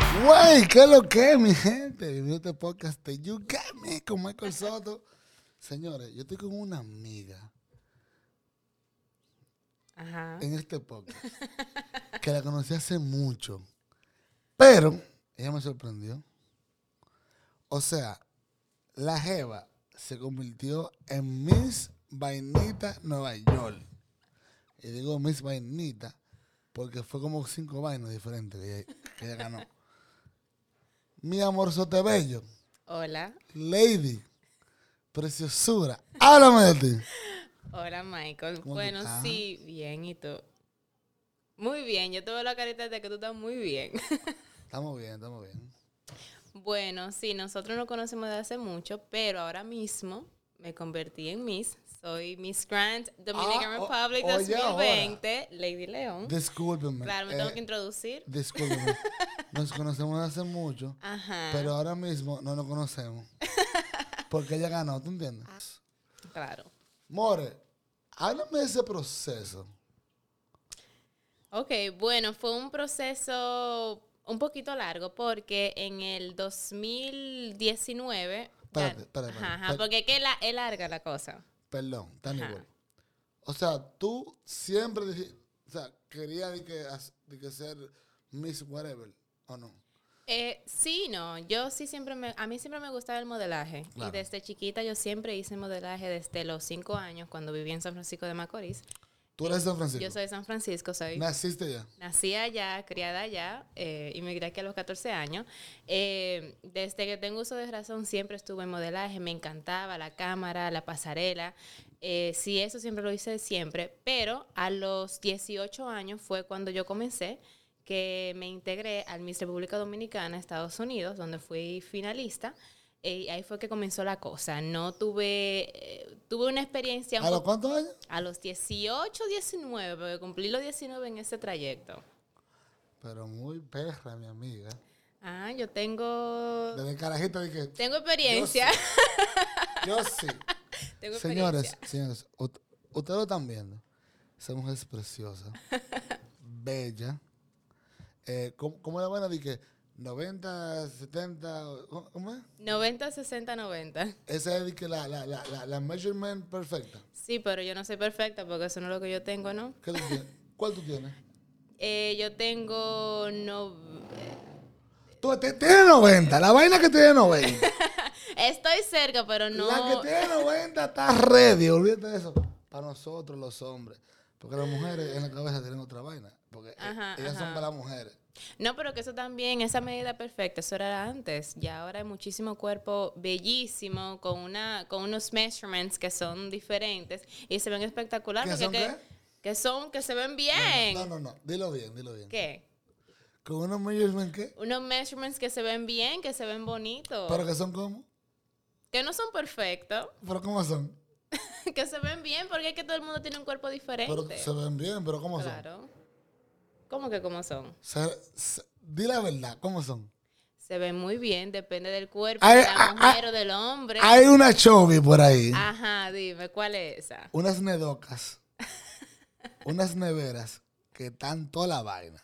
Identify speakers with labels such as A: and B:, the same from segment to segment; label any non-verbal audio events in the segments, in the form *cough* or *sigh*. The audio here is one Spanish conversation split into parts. A: Hey, ¿qué es lo que, es, mi gente? Bienvenido a este podcast de You Got Me con Michael Soto. Señores, yo estoy con una amiga
B: Ajá.
A: en este podcast que la conocí hace mucho, pero ella me sorprendió. O sea, la Jeva se convirtió en Miss Vainita Nueva York. Y digo Miss Vainita porque fue como cinco vainas diferentes que ella, que ella ganó. Mi amor Sotebello,
B: Hola.
A: Lady, Preciosura, háblame de ti.
B: Hola, Michael.
A: ¿Cómo tú
B: Bueno,
A: estás?
B: sí, bien, ¿y tú? Muy bien, yo te veo la carita de que tú estás muy bien. *laughs*
A: Estamos bien, estamos bien.
B: bueno, sí, nosotros nos conocemos de hace mucho, pero ahora mismo me convertí en Miss. Soy Miss Grant, Dominican
A: Ah, o-
B: Republic
A: oye, ahora.
B: 2020, Lady León.
A: ¿Mm? Discúlpeme.
B: Claro, me
A: eh,
B: tengo que introducir.
A: Discúlpeme. Nos conocemos hace mucho,
B: Ajá.
A: pero ahora mismo no nos
B: *laughs*
A: conocemos. Porque ella ganó, ¿tú
B: Ah.
A: entiendes?
B: Claro.
A: More, háblame de ese proceso.
B: Ok, bueno, fue un proceso un poquito largo porque en el 2019... ya-
A: Espérate, espérate, espérate.
B: Ajá, ajá, porque es que la- es larga la cosa.
A: Perdón, tan
B: Ajá.
A: igual. O sea, tú siempre dijiste, o sea, querías de que, as- de que ser Miss Whatever, ¿o no?
B: Eh, sí, no, yo sí siempre me, a mí siempre me gustaba el modelaje
A: Claro.
B: y desde chiquita yo siempre hice modelaje desde los cinco años cuando viví en San Francisco de Macorís.
A: Tú eres de San Francisco.
B: Yo soy de San Francisco, soy
A: Naciste ya.
B: Nací allá, criada allá, eh, inmigré aquí a los 14 años. Eh, desde que tengo uso de razón siempre estuve en modelaje, me encantaba la cámara, la pasarela. Eh, sí, eso siempre lo hice siempre, pero a los 18 años fue cuando yo comencé, que me integré al Miss República Dominicana, Estados Unidos, donde fui finalista. Eh, y ahí fue que comenzó la cosa. No tuve, eh, tuve una experiencia... un
A: ¿A los
B: poco-
A: cuántos años?
B: a los 18, 19, porque cumplí los 19 en ese trayecto.
A: Pero muy perra, mi amiga.
B: Ah, yo tengo.
A: Desde carajita dije,
B: Tengo experiencia.
A: yo sí.
B: *laughs* tengo
A: Señores,
B: experiencia.
A: señores, ut- ustedes lo están viendo. Esa mujer es
B: *laughs*
A: preciosa, bella. Eh, ¿cómo, cómo la van a decir? 90, 70, o- ¿cómo- ¿cómo es?
B: 90, 60, 90.
A: Esa es de que la, la, la, la, la measurement perfecta.
B: Sí, pero yo no soy perfecta porque eso no es lo que yo tengo, ¿no?
A: ¿Qué tú tienes? ¿Cuál tú tienes?
B: Eh, yo tengo. No,
A: Tú te- tienes 90, la vaina que tiene 90.
B: estoy cerca, pero no.
A: La que tiene 90 está ready, olvídate de eso. Para nosotros los hombres. Porque las mujeres en la cabeza tienen otra vaina. Porque eh,
B: Ajá,
A: ellas son
B: ajá.
A: para las mujeres.
B: No, pero que eso también, esa medida perfecta, eso era antes. Y ahora hay muchísimo cuerpo bellísimo, con una, con unos measurements que son diferentes y se ven espectacular.
A: ¿Que
B: porque
A: son
B: que,
A: qué?
B: que son, que se ven bien.
A: No, no, no, dilo bien, dilo bien.
B: ¿Qué?
A: ¿Con unos measurement qué?
B: Unos measurements que se ven bien, que se ven bonitos.
A: ¿Pero que son cómo?
B: que no son perfectos, *laughs*
A: ¿Pero cómo son?
B: que se ven bien, porque es que todo el mundo tiene un cuerpo diferente.
A: Pero se ven bien, pero ¿cómo
B: claro. ¿Cómo que cómo son?
A: son? Se, se- di la verdad, ¿cómo son?
B: Se ven muy bien, depende del cuerpo
A: Ay,
B: de la
A: ah,
B: mujer o del hombre.
A: Hay una chovy por ahí.
B: Ajá, dime, ¿cuál es esa?
A: Unas nedocas. unas neveras que están toda la vaina.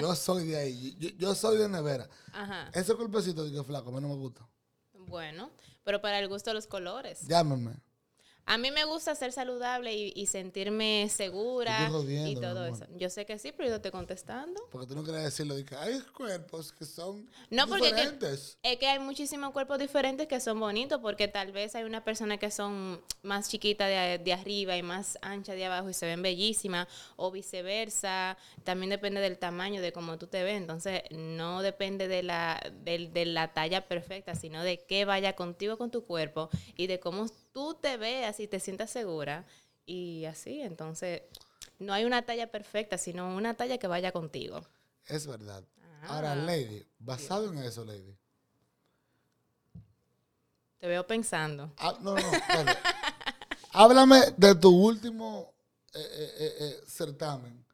A: Yo soy de ahí. Yo, yo soy de nevera.
B: Ajá.
A: Ese cuerpecito de que flaco, a mí no me gusta.
B: Bueno, pero para el gusto de los colores.
A: Llámeme.
B: A mí me gusta ser saludable y, y sentirme segura
A: Estoy jodiendo,
B: y todo
A: mi
B: eso.
A: amor.
B: Yo sé que sí, pero yo te estoy contestando.
A: Porque tú no quieres decirlo. De que hay cuerpos que son
B: No, porque que-
A: diferentes.
B: Es que hay muchísimos cuerpos diferentes que son bonitos porque tal vez hay unas personas que son más chiquitas de, de arriba y más anchas de abajo y se ven bellísimas o viceversa. También depende del tamaño, de cómo tú te ves. Entonces no depende de la, del- de la talla perfecta, sino de qué vaya contigo, con tu cuerpo y de cómo tú te veas y te sientas segura. Y así, entonces no hay una talla perfecta, sino una talla que vaya contigo.
A: Es verdad.
B: Ah.
A: Ahora, Lady, basado en eso, Lady.
B: Te veo pensando.
A: Ah, no, no, no. espérate. Háblame de tu último eh, eh, eh, eh, certamen,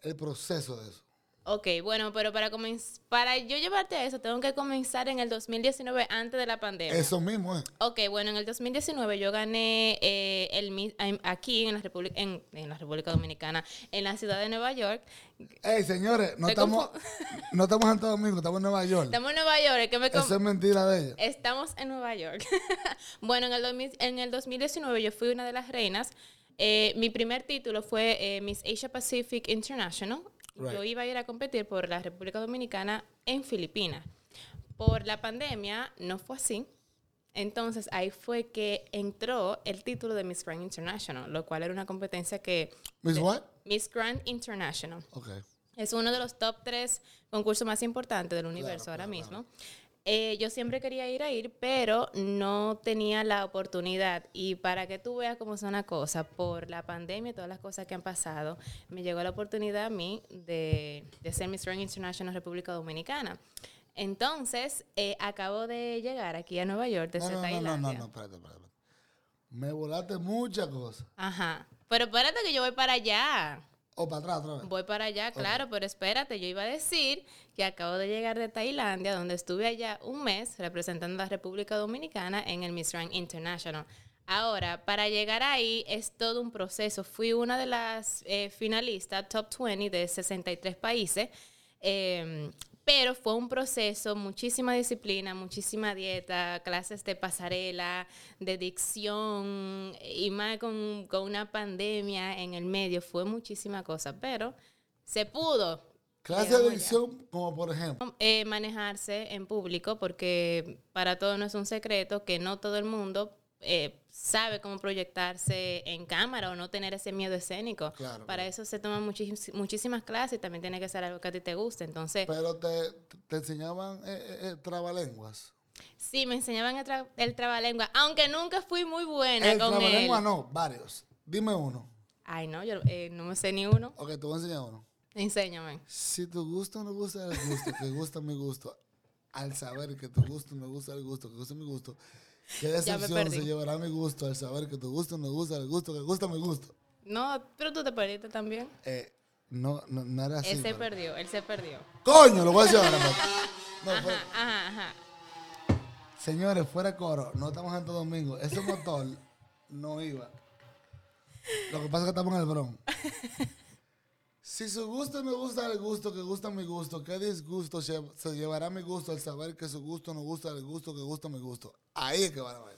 A: el proceso de eso.
B: Ok, bueno, pero para comenz- para yo llevarte a eso, tengo que comenzar en el 2019 antes de la pandemia.
A: Eso mismo es.
B: Ok, bueno, en el 2019 yo gané eh, el Miss- en- aquí en la, República, en, en la República Dominicana, en la ciudad de Nueva York.
A: Ey, señores, no
B: Te
A: estamos, *laughs* no estamos en Santo Domingo, estamos en Nueva York.
B: Estamos en Nueva York, es que me, com-
A: Eso es mentira de ella.
B: Estamos en Nueva York. *laughs* bueno, en el, 2000 en el 2019 yo fui una de las reinas. Eh, mi primer título fue eh, Miss Asia Pacific International.
A: Right.
B: Yo iba a ir a competir por la República Dominicana en Filipinas. Por la pandemia no fue así. Entonces ahí fue que entró el título de Miss Grand International, lo cual era una competencia que...
A: ¿Miss what?
B: Miss Grand International.
A: Ok.
B: Es uno de los top tres concursos más importantes del universo ahora
A: claro,
B: mismo. Eh, yo siempre quería ir a ir, pero no tenía la oportunidad. Y para que tú veas cómo son las cosas, por la pandemia y todas las cosas que han pasado, me llegó la oportunidad a mí de, de ser Miss Grand International República Dominicana. Entonces, eh, acabo de llegar aquí a Nueva York
A: No,
B: desde
A: no, no,
B: Tailandia.
A: no, no, no, espérate, espérate. espérate. Me volaste muchas cosas.
B: Ajá. Pero espérate que yo voy para allá.
A: O para atrás otra vez.
B: Voy para allá, claro, pero espérate, yo iba a decir que acabo de llegar de Tailandia, donde estuve allá un mes representando a la República Dominicana en el Miss Grand International. Ahora, para llegar ahí es todo un proceso. Fui una de las eh, finalistas top 20 de 63 países, eh, pero fue un proceso, muchísima disciplina, muchísima dieta, clases de pasarela, de dicción, y más con, con una pandemia en el medio, fue muchísima cosa, pero se pudo
A: Clase de
B: Llegamos ya.
A: edición, como por ejemplo.
B: eh, manejarse en público, porque para todos no es un secreto que no todo el mundo eh, sabe cómo proyectarse en cámara o no tener ese miedo escénico.
A: Claro,
B: para
A: claro.
B: eso se toman muchis- muchísimas clases y también tiene que ser algo que a ti te guste. Entonces,
A: Pero te, te enseñaban eh, eh, eh, trabalenguas.
B: sí, me enseñaban el, tra- el trabalengua, aunque nunca fui muy buena
A: El
B: con
A: trabalengua
B: él.
A: no, varios. Dime uno.
B: Ay, no, yo eh, no me sé ni uno.
A: Ok, te voy a enseñar uno.
B: Enséñame.
A: Si tu gusto no gusta el gusto, que gusta mi gusto, al saber que tu gusto no gusta el gusto, que gusta mi gusto, qué
B: Ya me
A: decepción se
B: perdí.
A: llevará mi gusto al saber que tu gusto no gusta el gusto, que gusta mi gusto.
B: No, pero tú te perdiste también.
A: Eh, no, no, no era así.
B: él se
A: Ah, pero-
B: perdió, él se perdió.
A: Coño, lo voy a decir ahora. papá. No, fue-
B: Ajá, ajá, ajá.
A: Señores, fuera de coro, no estamos en Santo Domingo. Ese motor *laughs* no iba. Lo que pasa es que estamos en el Bronx. Si su gusto no gusta el gusto que gusta mi gusto, qué disgusto se, se llevará mi gusto al saber que su gusto no gusta el gusto que gusta mi gusto. Ahí es que van a ver.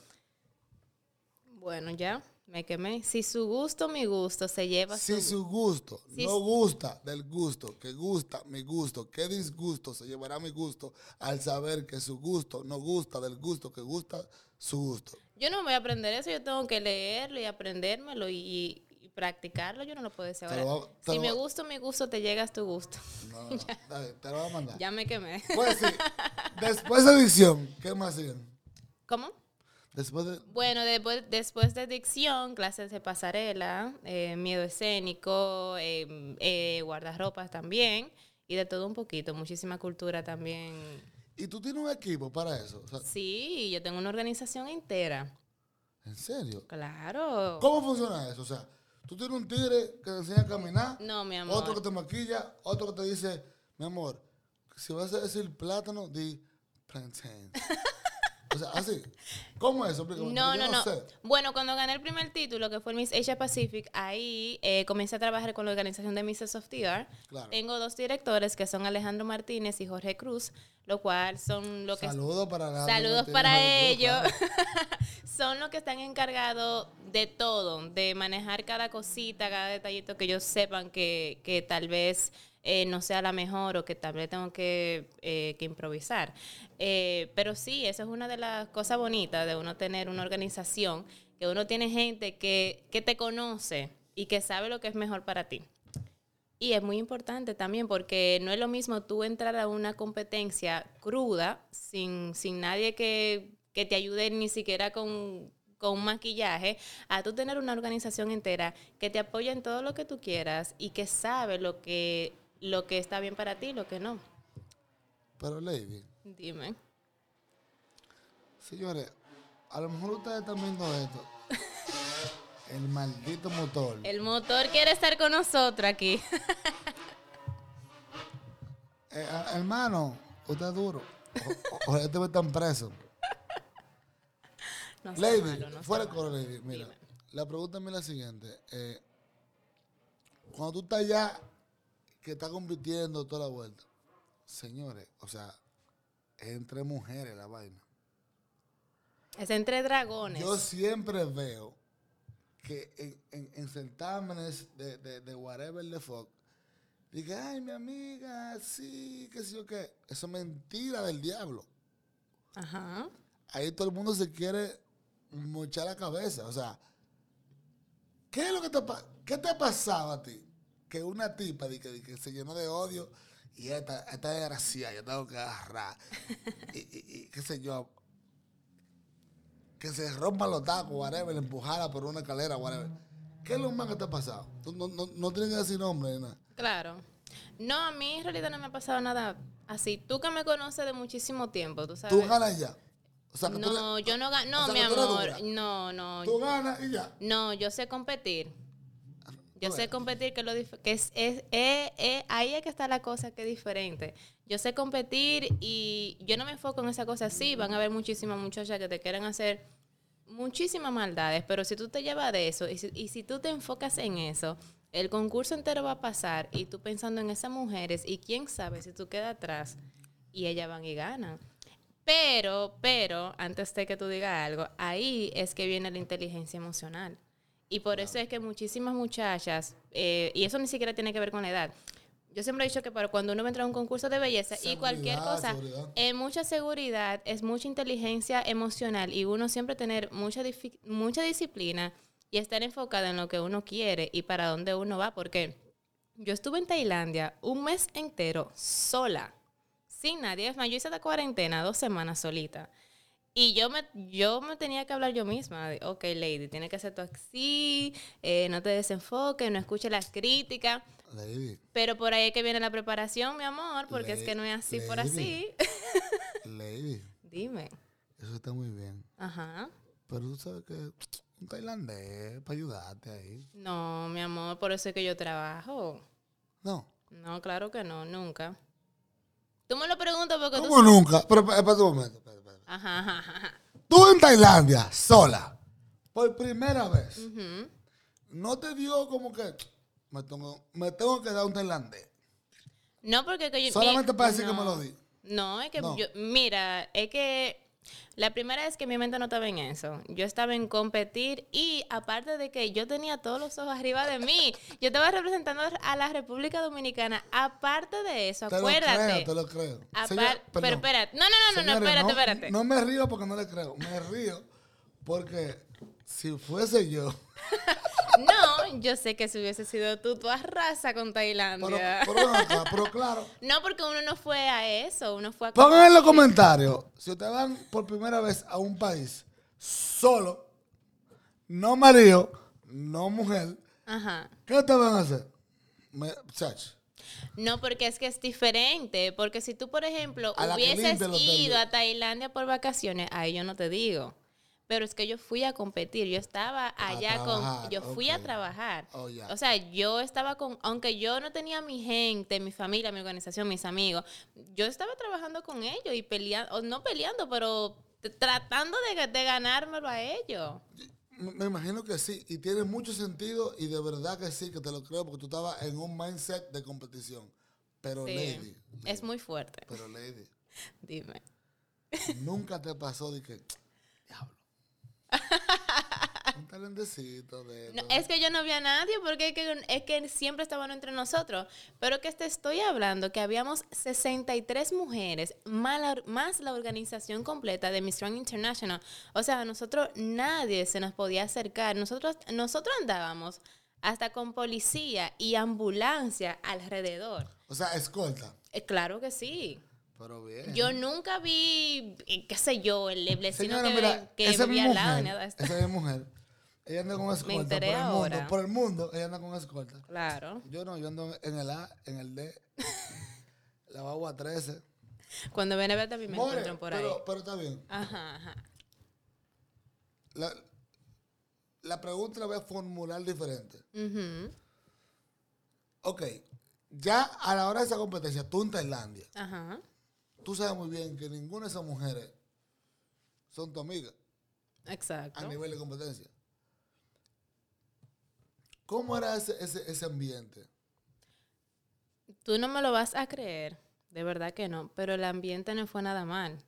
B: Bueno, ya, me quemé. Si su gusto, mi gusto, se lleva
A: Si
B: su...
A: su gusto
B: Si
A: no
B: su-
A: gusta del gusto que gusta mi gusto, qué disgusto se llevará mi gusto al saber que su gusto no gusta del gusto que gusta su gusto.
B: Yo no voy a aprender eso, yo tengo que leerlo y aprendérmelo y, y- y practicarlo, yo no lo puedo decir
A: Te
B: ahora.
A: lo va- te
B: si
A: lo
B: me
A: va-
B: gusto, mi gusto, te llegas tu gusto.
A: No, no, no. Está bien, te lo voy a mandar.
B: Ya me quemé. *laughs*
A: Pues sí. Después de dicción, ¿qué más siguen?
B: ¿Cómo?
A: Después de.
B: Bueno, después, después de dicción, clases de pasarela, eh, miedo escénico, eh, eh, guardarropas también, y de todo un poquito, muchísima cultura también.
A: ¿Y tú tienes un equipo para eso? O sea,
B: Sí, yo tengo una organización entera.
A: ¿En serio?
B: Claro.
A: ¿Cómo funciona eso? O sea, tú tienes un tigre que te enseña a caminar,
B: No, mi amor.
A: otro que te maquilla, otro que te dice, mi amor, si vas a decir plátano, di plantain. o sea, así. ¿Cómo es eso? Explícame,
B: No,
A: porque yo
B: no, no.
A: sé.
B: Bueno, cuando gané el primer título, que fue el Miss Asia Pacific, ahí eh, comencé a trabajar con la organización de Misses of TR.
A: Claro.
B: Tengo dos directores que son Alejandro Martínez y Jorge Cruz, lo cual son lo que...
A: Saludos para la-
B: Saludos
A: Martínez,
B: para
A: Maricruz,
B: ellos.
A: claro.
B: son los que están encargados de todo, de manejar cada cosita, cada detallito que ellos sepan que, que tal vez eh, no sea la mejor o que tal vez tengo que, eh, que improvisar. Eh, pero sí, eso es una de las cosas bonitas de uno tener una organización, que uno tiene gente que, que te conoce y que sabe lo que es mejor para ti. Y es muy importante también porque no es lo mismo tú entrar a una competencia cruda, sin, sin nadie que, que te ayude ni siquiera con, con un maquillaje, a tú tener una organización entera que te apoya en todo lo que tú quieras y que sabe lo que, lo que está bien para ti y lo que no.
A: Pero, Lady,
B: Dime.
A: señores, a lo mejor ustedes están viendo
B: *laughs*
A: esto. El maldito motor.
B: El motor quiere estar con nosotros aquí.
A: eh, a- hermano, usted es duro. O- o- Ojalá te metan preso.
B: *laughs* No sé,
A: Lady,
B: malo, no sé,
A: fuera de
B: malo.
A: coro, Lady. Mira, la pregunta mía es la siguiente. eh, cuando tú estás ya, que estás compitiendo toda la vuelta, señores, o sea, entre mujeres la vaina.
B: Es entre dragones.
A: Yo siempre veo que en, en- en certámenes de, de, de whatever the fuck, diga, ay, mi amiga, sí, qué sé yo qué. Eso es mentira del diablo.
B: Ajá.
A: Ahí todo el mundo se quiere mochar la cabeza. O sea, ¿qué es lo que te, pa- qué te pasaba a ti? Que una tipa di que, di que se llenó de odio y esta, esta desgraciada, yo tengo que agarrar. y, y- y qué sé yo. Que se rompan los tacos, whatever, empujada por una escalera, whatever. ¿Qué es lo más que te ha pasado? Tú no, no, no tienes que decir nombre ni nada.
B: Claro. No, a mí en realidad no me ha pasado nada así. Tú que me conoces de muchísimo tiempo, tú sabes.
A: Tú ganas ya. O sea, que tú,
B: no,
A: le-
B: yo no gano. No,
A: o sea,
B: mi
A: que tú eres
B: amor.
A: dura.
B: No, no.
A: tú ganas y ya.
B: No, yo sé competir. Yo
A: Bueno.
B: sé competir, que, lo dif- que es, es- eh, eh, ahí es que está la cosa que es diferente. Yo sé competir y yo no me enfoco en esa cosa así. Van a haber muchísimas muchachas que te quieran hacer muchísimas maldades, pero si tú te llevas de eso y si, y si tú te enfocas en eso, el concurso entero va a pasar y tú pensando en esas mujeres y quién sabe si tú quedas atrás y ellas van y ganan. Pero, pero, antes de que tú digas algo, ahí es que viene la inteligencia emocional. Y por eso es que muchísimas muchachas, eh, y eso ni siquiera tiene que ver con la edad. Yo siempre he dicho que para cuando uno entra a un concurso de belleza y
A: Seguridad,
B: cualquier cosa,
A: seguridad.
B: es mucha seguridad, es mucha inteligencia emocional y uno siempre tener mucha, difi- mucha disciplina y estar enfocada en lo que uno quiere y para dónde uno va. Porque yo estuve en Tailandia un mes entero sola, sin nadie. Es más, yo hice la cuarentena dos semanas solita. Y yo me, yo me tenía que hablar yo misma. de, ok, lady, tiene que hacer todo así, eh, no te desenfoques, no escuches las críticas.
A: Lady,
B: Pero por ahí es que viene la preparación, mi amor, porque es
A: Le-
B: que no es así por
A: lady.
B: así. *laughs*
A: lady,
B: Dime.
A: eso está muy bien.
B: Ajá.
A: Pero tú sabes que un tailandés para ayudarte ahí.
B: No, mi amor, por eso es que yo trabajo.
A: No.
B: No, claro que no, nunca. Tú me lo preguntas porque tú...
A: Como nunca. Pero espera espera un momento. espera, espera.
B: Ajá, ajá, ajá.
A: Tú en Tailandia, sola, por primera vez,
B: Ujú.
A: no te dio como que me tengo, me tengo que dar un tailandés.
B: No, porque es que yo...
A: Solamente
B: mi-
A: para decir que
B: no.
A: me lo di.
B: No, es que
A: No.
B: yo... Mira, es que la primera vez que mi mente no estaba en eso. Yo estaba en competir y aparte de que yo tenía todos los ojos arriba de mí, *laughs* yo estaba representando a la República Dominicana. Aparte de eso,
A: Te
B: acuérdate.
A: lo creo, te lo creo.
B: Apar-
A: Señor-
B: pero
A: perdón.
B: espérate. No, no, no, no, no,
A: Señores,
B: espérate, espérate.
A: No me río porque no le creo. Me río porque si fuese yo...
B: No, yo sé que si hubiese sido tú, tú arrasa con
A: Pero,
B: Tailandia.
A: pero ven acá, pero claro...
B: No, porque uno no fue a eso, uno fue a...
A: Pongan en los comentarios si ustedes van por primera vez a un país solo, no marido, no mujer,
B: Ajá.
A: ¿qué te van a hacer? Me, chach,
B: No, porque es que es diferente. Porque si tú, por ejemplo,
A: A la que
B: hubieses
A: limpia el hotel.
B: ido a Tailandia por vacaciones, ahí yo no te digo. Pero es que yo fui a competir, yo estaba allá con...
A: trabajar,
B: Yo fui a
A: ok.
B: trabajar.
A: Oh, ya.
B: O sea, yo estaba con... Aunque yo no tenía mi gente, mi familia, mi organización, mis amigos, yo estaba trabajando con ellos y peleando, no peleando, pero t- tratando de, ga- de ganármelo a ellos.
A: me, me imagino que sí, y tiene mucho sentido y de verdad que sí, que te lo creo porque tú estabas en un mindset de competición. Pero
B: Sí,
A: lady,
B: es muy fuerte.
A: pero lady,
B: Dime.
A: nunca te pasó de que,
B: *laughs*
A: diablo, un talentecito de...
B: No,
A: esto".
B: es que yo no vi a nadie porque es que, es que siempre estaban entre nosotros. Pero que te estoy hablando que habíamos 63 mujeres más la, más la organización completa de Miss Strong International. O sea, a nosotros nadie se nos podía acercar. Nosotros, nosotros andábamos hasta con policía y ambulancia alrededor.
A: O sea, escolta.
B: Eh, claro que sí.
A: Pero bien.
B: Yo nunca vi, eh, qué sé yo, el leblesino
A: Señora,
B: Eh, que,
A: mira,
B: que
A: esa es mi
B: vivía al lado.
A: mujer,
B: nada de eso.
A: Esa es mi mujer. Ella anda
B: *laughs*
A: con escolta.
B: enteré
A: por el
B: ahora.
A: Mundo, por el mundo, ella anda con escolta.
B: Claro.
A: Yo no, yo ando en el A, en el
B: *laughs*
A: D, la Bagua 13.
B: Cuando viene a ver también me
A: More,
B: encuentran por ahí.
A: pero, pero está bien.
B: Ajá, ajá.
A: La, la pregunta la voy a formular diferente.
B: Ujú.
A: Ok, ya a la hora de esa competencia, tú en Tailandia,
B: Ajá.
A: tú sabes muy bien que ninguna de esas mujeres son tu amiga a
B: Exacto.
A: nivel de competencia. ¿Cómo era ese, ese, ese ambiente?
B: Tú no me lo vas a creer, de verdad que no, pero el ambiente no fue nada mal.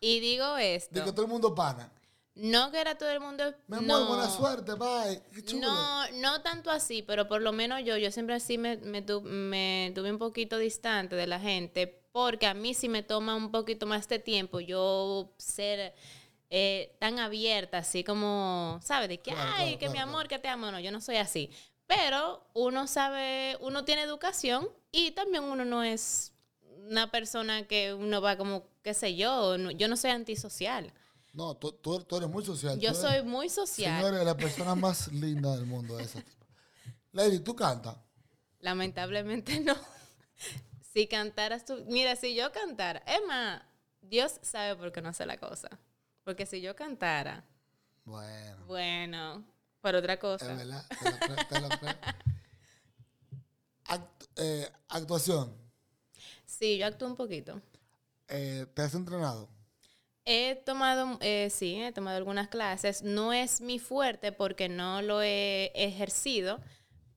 B: Y digo
A: De que
B: esto,
A: todo el mundo pana.
B: no que era todo el mundo...
A: Me
B: no.
A: muero, buena suerte, bye. Qué chulo.
B: No, no tanto así, pero por lo menos yo, yo siempre así me, me, tu- me tuve un poquito distante de la gente, porque a mí sí me toma un poquito más de tiempo yo ser eh, tan abierta, así como, ¿sabes? De que,
A: Claro,
B: ay,
A: claro,
B: que mi
A: claro,
B: amor, que te amo, no, yo no soy así. Pero uno sabe, uno tiene educación y también uno no es una persona que uno va como, qué sé yo, no- yo no soy antisocial.
A: No, tú, tú- tú eres muy social.
B: Yo
A: tú
B: soy
A: eres,
B: muy social.
A: Señores, la persona más linda del mundo esa tipa. Lady, ¿tú cantas?
B: Lamentablemente *laughs* no. Si cantaras tú, mira, si yo cantara, Emma, Dios sabe por qué no hace la cosa. Porque si yo cantara,
A: Bueno,
B: bueno, por otra
A: es
B: cosa.
A: verdad, te lo creo, te lo creo. Act- eh, actuación,
B: Sí, yo actúo un poquito.
A: eh, ¿te has entrenado?
B: He tomado, eh, sí, he tomado algunas clases. No es mi fuerte porque no lo he ejercido.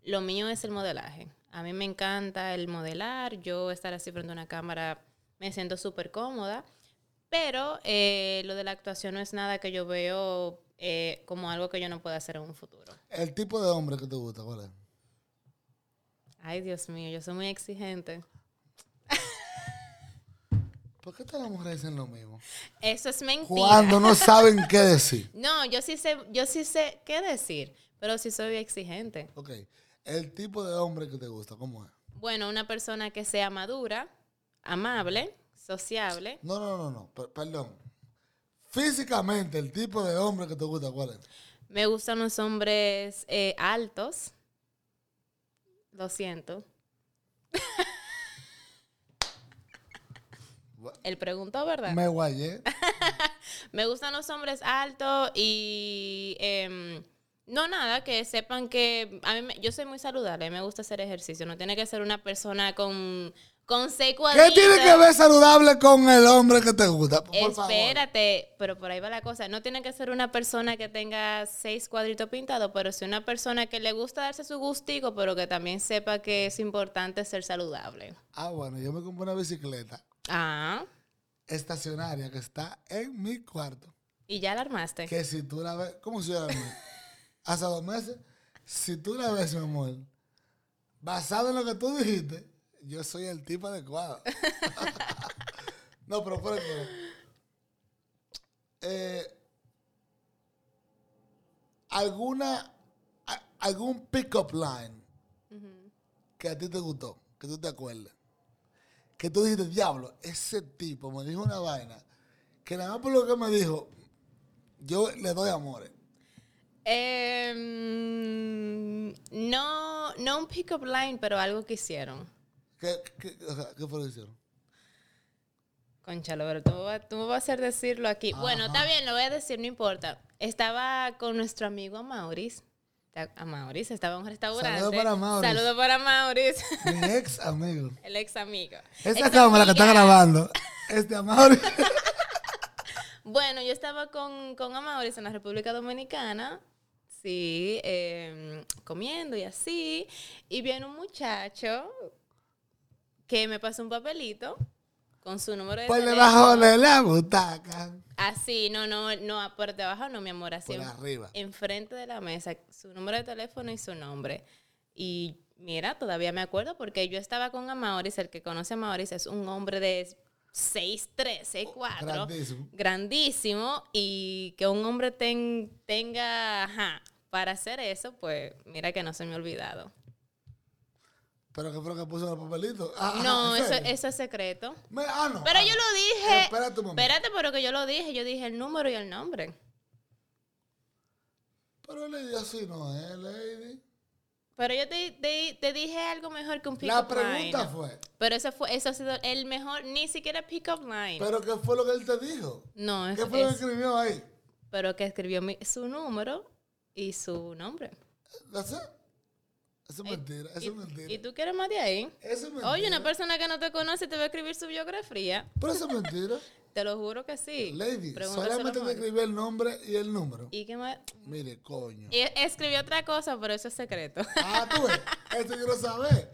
B: Lo mío es el modelaje. A mí me encanta el modelar. Yo estar así frente a una cámara me siento súper cómoda. Pero eh, lo de la actuación no es nada que yo veo eh, como algo que yo no pueda hacer en un futuro.
A: ¿El tipo de hombre que te gusta? ¿Cuál es?
B: Ay, Dios mío, yo soy muy exigente.
A: ¿Por qué todas las mujeres dicen lo mismo?
B: Eso es mentira.
A: Cuando no saben qué decir.
B: No, yo sí sé, yo sí sé qué decir, pero sí soy exigente.
A: Ok, el tipo de hombre que te gusta, ¿cómo es?
B: Bueno, una persona que sea madura, amable, sociable.
A: No, no, no, no, per- perdón. Físicamente, el tipo de hombre que te gusta, ¿cuál es?
B: Me gustan los hombres eh, altos. Lo siento. Él preguntó, ¿verdad? Me,
A: Me guayé.
B: gustan los hombres altos y em, no nada, que sepan que a mí me- yo soy muy saludable, me gusta hacer ejercicio. No tiene que ser una persona con, con seis
A: ¿Qué
B: cuadritos.
A: tiene que ver saludable con el hombre que te gusta? Por favor.
B: Espérate, pero por ahí va la cosa. No tiene que ser una persona que tenga seis cuadritos pintados, pero sí una persona que le gusta darse su gustico, pero que también sepa que es importante ser saludable.
A: Ah, bueno, yo me compré una bicicleta
B: Ah,
A: estacionaria que está en mi cuarto.
B: y ya la armaste.
A: Que si tú la ves, ¿cómo si yo la armé? Hace dos meses, si tú la ves, mi amor, basado en lo que tú dijiste, yo soy el tipo adecuado. no, pero por ejemplo, eh, alguna, a- algún pick-up line
B: Ujú.
A: que a ti te gustó, que tú te acuerdes. Que tú dijiste, diablo, ese tipo me dijo una vaina que nada más por lo que me dijo, yo le doy amores.
B: Em, no, no un pick-up line, pero algo que hicieron.
A: ¿Qué, qué, o sea, ¿qué fue lo que
B: *laughs*
A: hicieron?
B: Conchalo, pero tú, me vas- tú me vas a hacer decirlo aquí. Bueno,
A: Ajá.
B: está bien, lo voy a decir, no importa. Estaba con nuestro amigo Mauris. A Mauris, estaba en un restaurante.
A: Saludo para Amauris.
B: Saludo para Mauris,
A: Mi ex amigo.
B: el ex amigo.
A: Esa
B: Ex
A: cámara que está
B: amiga.
A: grabando este es de
B: *laughs*
A: *laughs* Amaury.
B: Bueno, yo estaba con, con Amauris en la República Dominicana, sí, eh, comiendo y así, y viene un muchacho que me pasó un papelito con su número de
A: Por
B: teléfono.
A: debajo pues de la butaca.
B: Así, no, no, no, ah, por debajo no, mi amor, así.
A: Por
B: en-
A: arriba.
B: Enfrente de la mesa, su número de teléfono y su nombre. Y mira, todavía me acuerdo porque yo estaba con Amauris, el que conoce a Amauris es un hombre de 6'3, 6'4.
A: Grandísimo.
B: Grandísimo. Y que un hombre ten- tenga, ajá, para hacer eso, pues mira que no se me ha olvidado.
A: Pero que fue lo que puso en el papelito. Ah,
B: no,
A: ¿en
B: eso,
A: serio?
B: eso es secreto.
A: Me- ah, no.
B: Pero
A: ah,
B: yo
A: no.
B: lo dije.
A: Espérate un momento.
B: Espérate, pero que yo lo dije. Yo dije el número y el nombre.
A: Pero Lady así no es, Lady.
B: Pero yo te, te- te dije algo mejor que un pick-up
A: La
B: line.
A: pregunta fue,
B: Pero eso fue, eso ha sido el mejor, ni siquiera pick-up line.
A: ¿pero qué fue lo que él te dijo?
B: no, es,
A: ¿Qué fue lo que
B: es-
A: escribió ahí?
B: pero que escribió mi- su número y su nombre.
A: ¿That's it? Eso es mentira, eso
B: Eh, ¿Y,
A: es mentira.
B: y tú quieres más de ahí?
A: Eso es mentira.
B: Oye, una persona que no te conoce te va a escribir su biografía.
A: Pero eso es mentira.
B: Te lo juro que sí.
A: Lady,
B: Pregúntaselo
A: solamente
B: a
A: te
B: Mónica.
A: escribí el nombre y el número.
B: ¿Y qué más?
A: Mire, coño.
B: Y escribió otra cosa, pero eso es secreto. *laughs*
A: Ah, tú ves, esto quiero saber.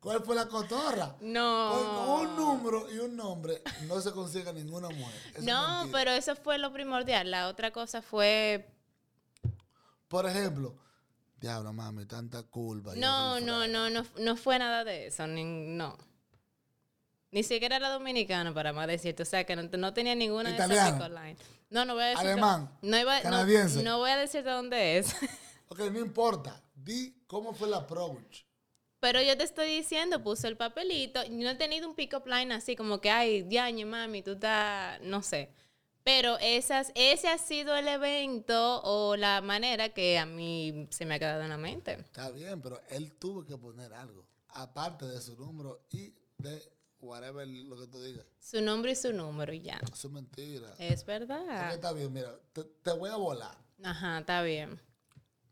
A: ¿Cuál fue la cotorra?
B: No.
A: Con un número y un nombre no se consigue ninguna mujer. Eso es
B: No,
A: mentira.
B: pero eso fue lo primordial. La otra cosa fue...
A: Por ejemplo, diablo, mami, tanta culpa. Yo
B: No,
A: soy un
B: no, no, no, no fue nada de eso. Ni, no. Ni siquiera era dominicana, para más decirte. O sea, que no, no tenía ninguna de
A: Italiano.
B: esas pick-up line. No, no voy a decir...
A: Alemán.
B: No, iba- no-
A: Canadiense.
B: no voy a decirte dónde es.
A: Ok, no importa. Di cómo fue la approach.
B: Pero yo te estoy diciendo, puse el papelito. No he tenido un pick-up line así como que, ay, diaño, mami, tú estás, no sé. Pero esas, ese ha sido el evento o la manera que a mí se me ha quedado en la mente.
A: Está bien, pero él tuvo que poner algo. Aparte de su número y de whatever lo que tú digas.
B: Su nombre y su número y ya.
A: Eso es mentira.
B: Es
A: Ok,
B: verdad.
A: está bien, mira, te, te voy a volar.
B: Ajá, está bien.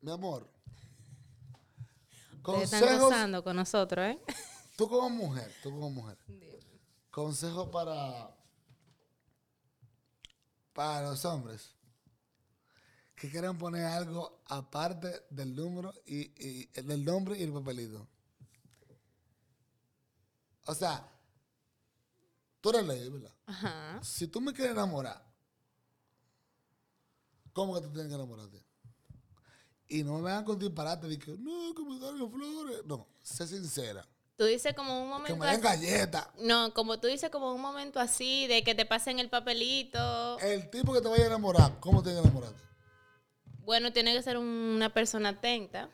A: Mi amor.
B: Ustedes están
A: Consejos.
B: gozando con nosotros, ¿eh?
A: Tú como mujer, tú como mujer. Consejo para. Para los hombres que quieran poner algo aparte del número y, y- del nombre y el papelito. O sea, tú eres ley, ¿verdad?
B: Ajá.
A: Si tú me quieres enamorar, ¿cómo que tú tienes que enamorarte? Y no me vengan con disparate de que no, que me carguen flores. No, sé sincera.
B: Tú dices como un
A: Que
B: momento
A: me den
B: así-
A: galletas.
B: No, como tú dices como un momento así de que te pasen el papelito.
A: El tipo que te vaya a enamorar, ¿cómo tiene que enamorarte?
B: Bueno, tiene que ser una persona atenta.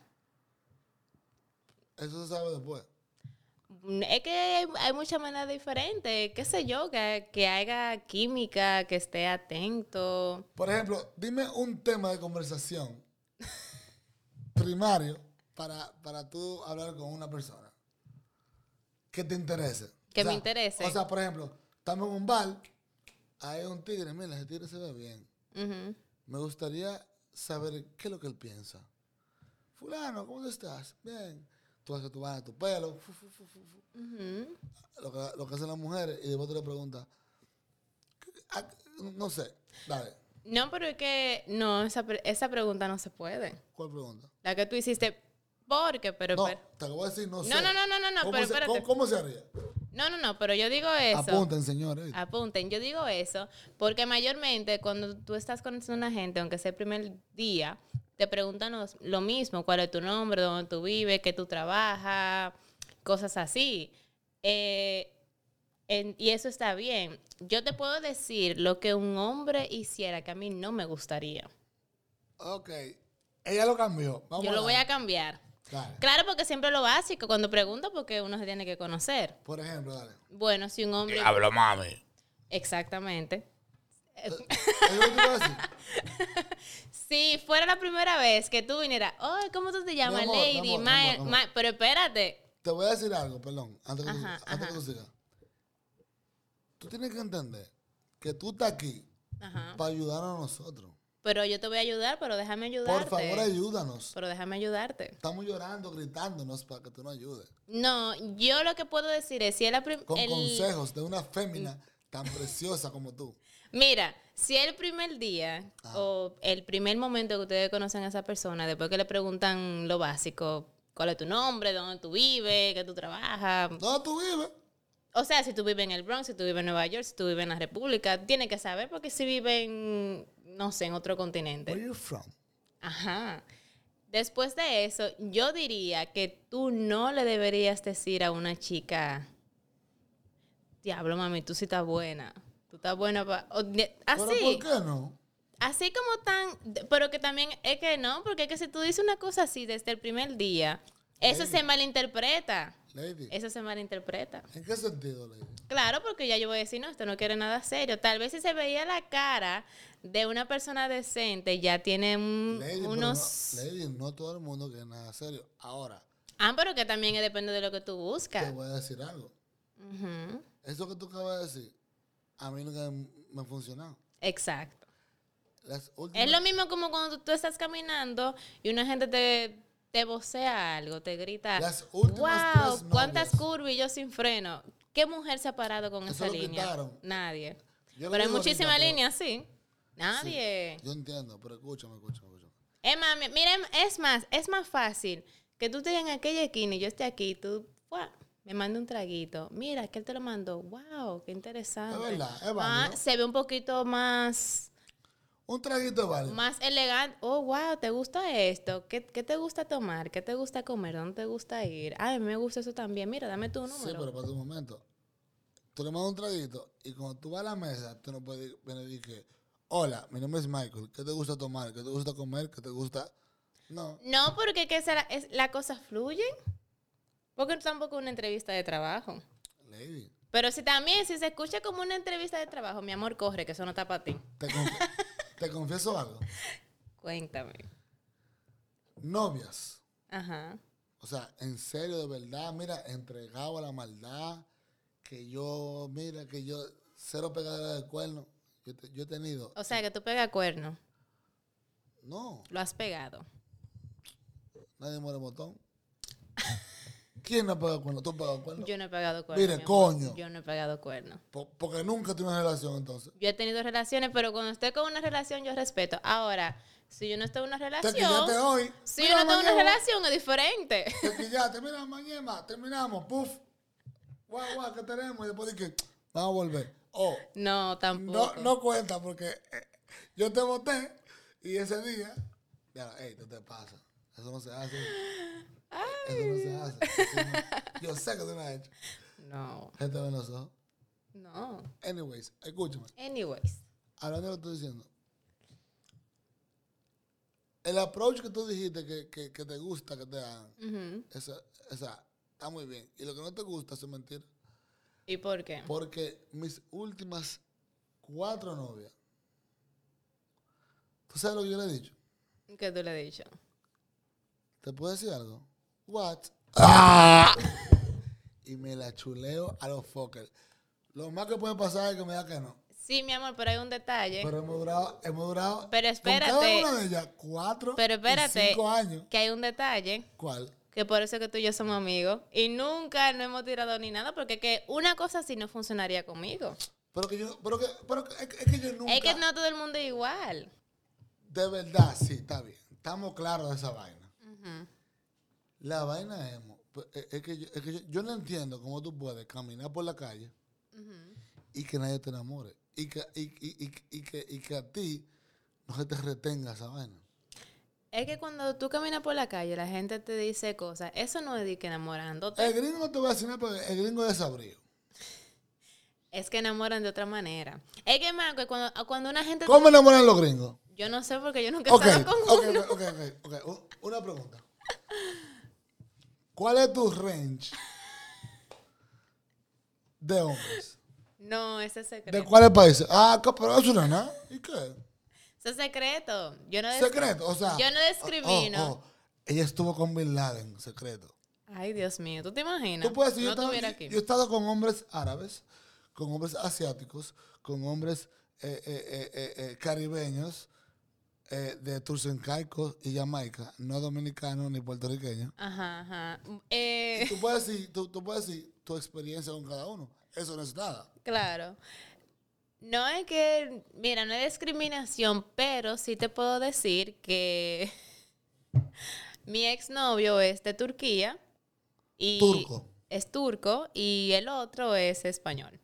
A: Eso se sabe después.
B: Mm, Es que hay, hay muchas maneras diferentes, qué sé yo, que, que haga química, que esté atento.
A: Por ejemplo, dime un tema de conversación primario para, para tú hablar con una persona que te interese.
B: Que me interese.
A: O sea, por ejemplo, estamos en un bar, hay un tigre, mira, ese tigre se ve bien.
B: Ujú.
A: Me gustaría saber qué es lo que él piensa. Fulano, ¿cómo tú estás? Bien. Tú haces tu vaina, tu pelo, fu, fu, fu, fu, fu.
B: Ujú.
A: Lo, que, lo que hacen las mujeres, y después tú le preguntas, ¿qué- a- no sé, dale,
B: No, pero es que no, esa, pre- esa pregunta no se puede.
A: ¿cuál pregunta?
B: La que tú hiciste, porque, pero...
A: No,
B: pero-
A: te acabo de decir, no, sé.
B: no, no, no, no, no,
A: ¿Cómo
B: pero
A: se,
B: espérate.
A: ¿cómo, cómo se haría?
B: no, no, no, pero yo digo eso.
A: Apunten, señores.
B: Apunten, yo digo eso porque mayormente cuando tú estás conociendo a una gente, aunque sea el primer día, te preguntan los- lo mismo, cuál es tu nombre, dónde tú vives, qué tú trabajas, cosas así. Eh, en- y eso está bien. Yo te puedo decir lo que un hombre hiciera que a mí no me gustaría.
A: Ok, ella lo cambió. Vamos
B: Yo lo voy a cambiar.
A: Dale.
B: Claro, porque siempre lo básico, cuando pregunto, porque uno se tiene que conocer.
A: Por ejemplo,
B: *laughs*
A: dale.
B: Bueno, si un hombre...
A: Diablo, mami.
B: Exactamente.
A: ¿Es lo que te iba a decir?
B: Si fuera la primera vez que tú vinieras, oh, ¿cómo tú te llamas,
A: Mi amor, mi
B: Lady?
A: amor, mi
B: Ma-
A: amor, mi
B: ma- pero espérate.
A: Te voy a decir algo, perdón, antes que, tú-
B: Ajá,
A: antes que
B: ajá.
A: tú sigas. Tú tienes que entender que tú estás aquí
B: Ajá.
A: para ayudar a nosotros.
B: Pero yo te voy a ayudar, pero déjame
A: Por
B: ayudarte.
A: favor, ayúdanos.
B: Pero déjame ayudarte.
A: Estamos llorando, gritándonos para que tú nos ayudes.
B: No, yo lo que puedo decir es, si es la prim-
A: Con
B: el- Mm.
A: consejos de una fémina tan preciosa como tú.
B: Mira, si el primer día
A: Ah.
B: o el primer momento que ustedes conocen a esa persona, después que le preguntan lo básico, cuál es tu nombre, dónde tú vives, qué tú trabajas,
A: ¿Dónde tú vives?
B: O sea, si tú vives en el Bronx, si tú vives en Nueva York, si tú vives en la República, tiene que saber porque si vive en, no sé, en otro
A: Where
B: continente.
A: you from?
B: Ajá. Después de eso, yo diría que tú no le deberías decir a una chica, diablo, mami, tú sí estás buena. Tú estás buena pa-". O de-
A: ¿Pero por
B: Así,
A: qué no?
B: así como tan... de- Pero que también es que no, porque es que si tú dices una cosa así desde el primer día, eso
A: Lady.
B: se malinterpreta.
A: Lady.
B: Eso se malinterpreta.
A: ¿En qué sentido, Lady?
B: Claro, porque ya yo voy a decir, no, esto no quiere nada serio. Tal vez si se veía la cara de una persona decente, ya tiene un-
A: Lady, pero
B: Mm, unos...
A: no, Lady, no todo el mundo que es nada serio. Ahora,
B: Ah, pero que también depende de lo que tú
A: te
B: buscas.
A: voy a decir algo.
B: Ujú,
A: Eso que tú acabas de decir, a mí nunca me me ha funcionado.
B: Exacto.
A: Las últimas,
B: Es lo mismo como cuando tú estás caminando y una gente te, te vocea algo, te grita,
A: Las últimas
B: wow,
A: tres
B: cuántas
A: novias.
B: curvas y yo sin freno. ¿Qué mujer se ha parado con
A: Eso
B: esa
A: lo
B: línea?
A: quitaron.
B: Nadie.
A: Yo lo
B: pero hay
A: digo ahorita,
B: muchísimas
A: pero-
B: líneas, sí. Nadie.
A: Yo entiendo, pero escúchame, escúchame, escúchame.
B: Es más, mi- miren, es más, es más fácil que tú estés en aquella esquina y yo esté aquí, tú ¡fua! me manda un traguito. Mira, que él te lo mandó. Wow, qué interesante.
A: Es verdad, es
B: Ah,
A: válido.
B: se ve un poquito más,
A: Un traguito vale.
B: más elegante. Oh, wow, ¿te gusta esto? ¿Qué, qué te gusta tomar? ¿Qué te gusta comer? ¿Dónde te gusta ir? Ay, me gusta eso también. Mira, dame tu número.
A: Sí, pero pues para un momento. Tú le mandas un traguito y cuando tú vas a la mesa, tú no puedes venir y que, hola, mi nombre es Michael, ¿qué te gusta tomar? ¿Qué te gusta comer? ¿Qué te gusta? No.
B: No, porque que esa la, es, la cosa fluye. Porque tampoco es una entrevista de trabajo.
A: Lady,
B: Pero si también, si se escucha como una entrevista de trabajo, mi amor, corre, que eso no está para ti.
A: te, conf- *laughs* te confieso algo.
B: Cuéntame.
A: Novias.
B: Ajá.
A: O sea, en serio, de verdad, mira, entregado a la maldad, que yo, mira, que yo, cero pegadera de cuerno. Yo, te- yo he tenido.
B: O sea, que tú pegas cuerno.
A: No,
B: Lo has pegado.
A: nadie muere botón. ¿Quién no pega cuerno? ¿Tú pegas cuerno?
B: Yo no he pegado cuerno.
A: Mire,
B: mi amor.
A: coño.
B: Yo no he pegado cuerno.
A: Po- Porque nunca tuve una relación entonces.
B: Yo he tenido relaciones, pero cuando estoy con una relación, yo respeto. Ahora, si yo no estoy en una
A: Te quillaste
B: relación.
A: hoy.
B: Si
A: Mira,
B: yo no estoy en una
A: Mañema,
B: relación, es diferente. *laughs*
A: Te quillaste, mira, mañana, terminamos, puf. Guau, guau, ¿qué tenemos? Y después dije, vamos a volver. Oh,
B: No,
A: no,
B: tampoco.
A: no cuenta porque eh, yo te voté y ese día, ya, ey, ¿qué te pasa? Eso no se hace. Eso no se hace. Así no. Yo sé que tú no has hecho.
B: No.
A: Gente ve los ojos.
B: No.
A: Anyways, escúchame.
B: Anyways.
A: Hablando de lo que estoy diciendo. El approach que tú dijiste que, que, que te gusta que te hagan,
B: Ujú.
A: esa, esa, está muy bien. Y lo que no te gusta, eso es mentira.
B: ¿Y por qué?
A: Porque mis últimas cuatro novias, ¿tú sabes lo que yo le he dicho?
B: ¿Qué tú le has dicho?
A: ¿Te puedo decir algo? What? *laughs* Y me la chuleo a los fuckers. Lo más que puede pasar es que me da que no.
B: Sí, mi amor, pero hay un detalle.
A: Pero hemos durado, hemos durado.
B: Eh. Pero
A: Con
B: espérate.
A: cada una de ellas, cuatro.
B: Pero
A: y
B: espérate.
A: cinco años.
B: Que hay un detalle.
A: ¿Cuál?
B: Que por eso que tú y yo somos amigos. Y nunca no hemos tirado ni nada. Porque que una cosa así no funcionaría conmigo.
A: Pero que yo, pero que, pero que- es, que- es que yo nunca.
B: Es que no todo el mundo es igual.
A: De verdad, sí, está bien. Estamos claros de esa vaina. La vaina es, mo, pe- es- es que, yo, es que yo, yo no entiendo cómo tú puedes caminar por la calle y que nadie te enamore. Y que, y, y- y- y que, y que a ti no se te retenga esa vaina.
B: Es que cuando tú caminas por la calle, la gente te dice cosas. Eso no es de que enamorándote.
A: El gringo no te voy a decir nada porque el gringo es desabrido.
B: Es que enamoran de otra manera. Es que, más que cuando, cuando una gente...
A: ¿Cómo enamoran los gringos?
B: Yo no sé porque yo nunca he
A: Ok,
B: estado con
A: ok,
B: uno.
A: ok, ok, ok. U- Una pregunta. ¿Cuál es tu range de hombres?
B: No, ese es
A: ¿De
B: secreto.
A: cuáles países? Ah, ca- pero eso no es nada. ¿Y qué?
B: Ese es secreto. Yo no... des-
A: Secreto, o sea.
B: Yo no discrimino.
A: oh, oh, Ella estuvo con Bin Laden, secreto.
B: Ay, Dios mío. ¿Tú te imaginas?
A: Tú puedes decir,
B: no
A: yo, he
B: estuviera
A: estado,
B: aquí.
A: yo he estado con hombres árabes, con hombres asiáticos, con hombres eh, eh, eh, eh, eh, caribeños, eh, de Turcencaicos y Jamaica, no dominicanos ni
B: *laughs*
A: puertorriqueños.
B: Ajá, ajá. Eh...
A: tú puedes decir, tú, tú puedes decir tu experiencia con cada uno. Eso no es nada.
B: Claro. No es que, mira, no es discriminación, pero sí te puedo decir que *laughs* mi exnovio es de Turquía y
A: Turco.
B: es turco y el otro es español.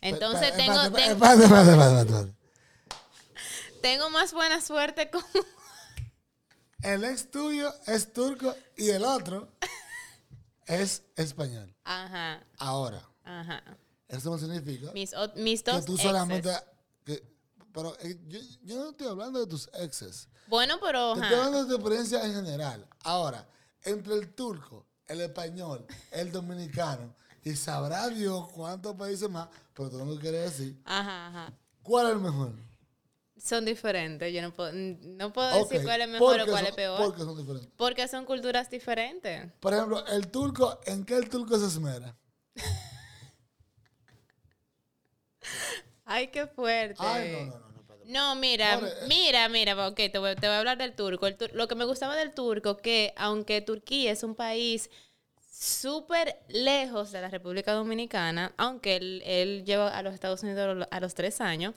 B: Entonces
A: Espérate,
B: tengo,
A: espérate,
B: ten-
A: espérate, espérate, espérate, espérate.
B: tengo más buena suerte con... *laughs*
A: El ex tuyo es turco y el
B: *laughs*
A: otro es español.
B: Ajá,
A: Ahora,
B: ajá.
A: eso no significa
B: Mis, o- mis
A: que
B: dos
A: tú
B: exes.
A: solamente... que- pero eh, yo, yo no estoy hablando de tus exes.
B: Bueno, pero...
A: Te
B: ajá.
A: estoy hablando de tu experiencia en general. Ahora, entre el turco, el español, el dominicano, y sabrá Dios cuántos países más, pero tú no lo quieres decir.
B: Ajá, ajá.
A: ¿Cuál es el mejor?
B: Son diferentes. Yo no puedo, no puedo
A: Ok,
B: decir cuál es mejor o
A: porque
B: cuál
A: son-
B: es peor.
A: Porque son diferentes.
B: Porque son culturas diferentes.
A: Por ejemplo, el turco, ¿en qué el turco se esmera?
B: Ay, qué fuerte.
A: Ay, no, no, no, no, espérate,
B: No, mira,
A: More, eh.
B: mira, mira, ok, te voy, te voy a hablar del turco. El tur- lo que me gustaba del turco, que aunque Turquía es un país súper lejos de la República Dominicana, aunque él, él lleva a los Estados Unidos a lo- a los tres años,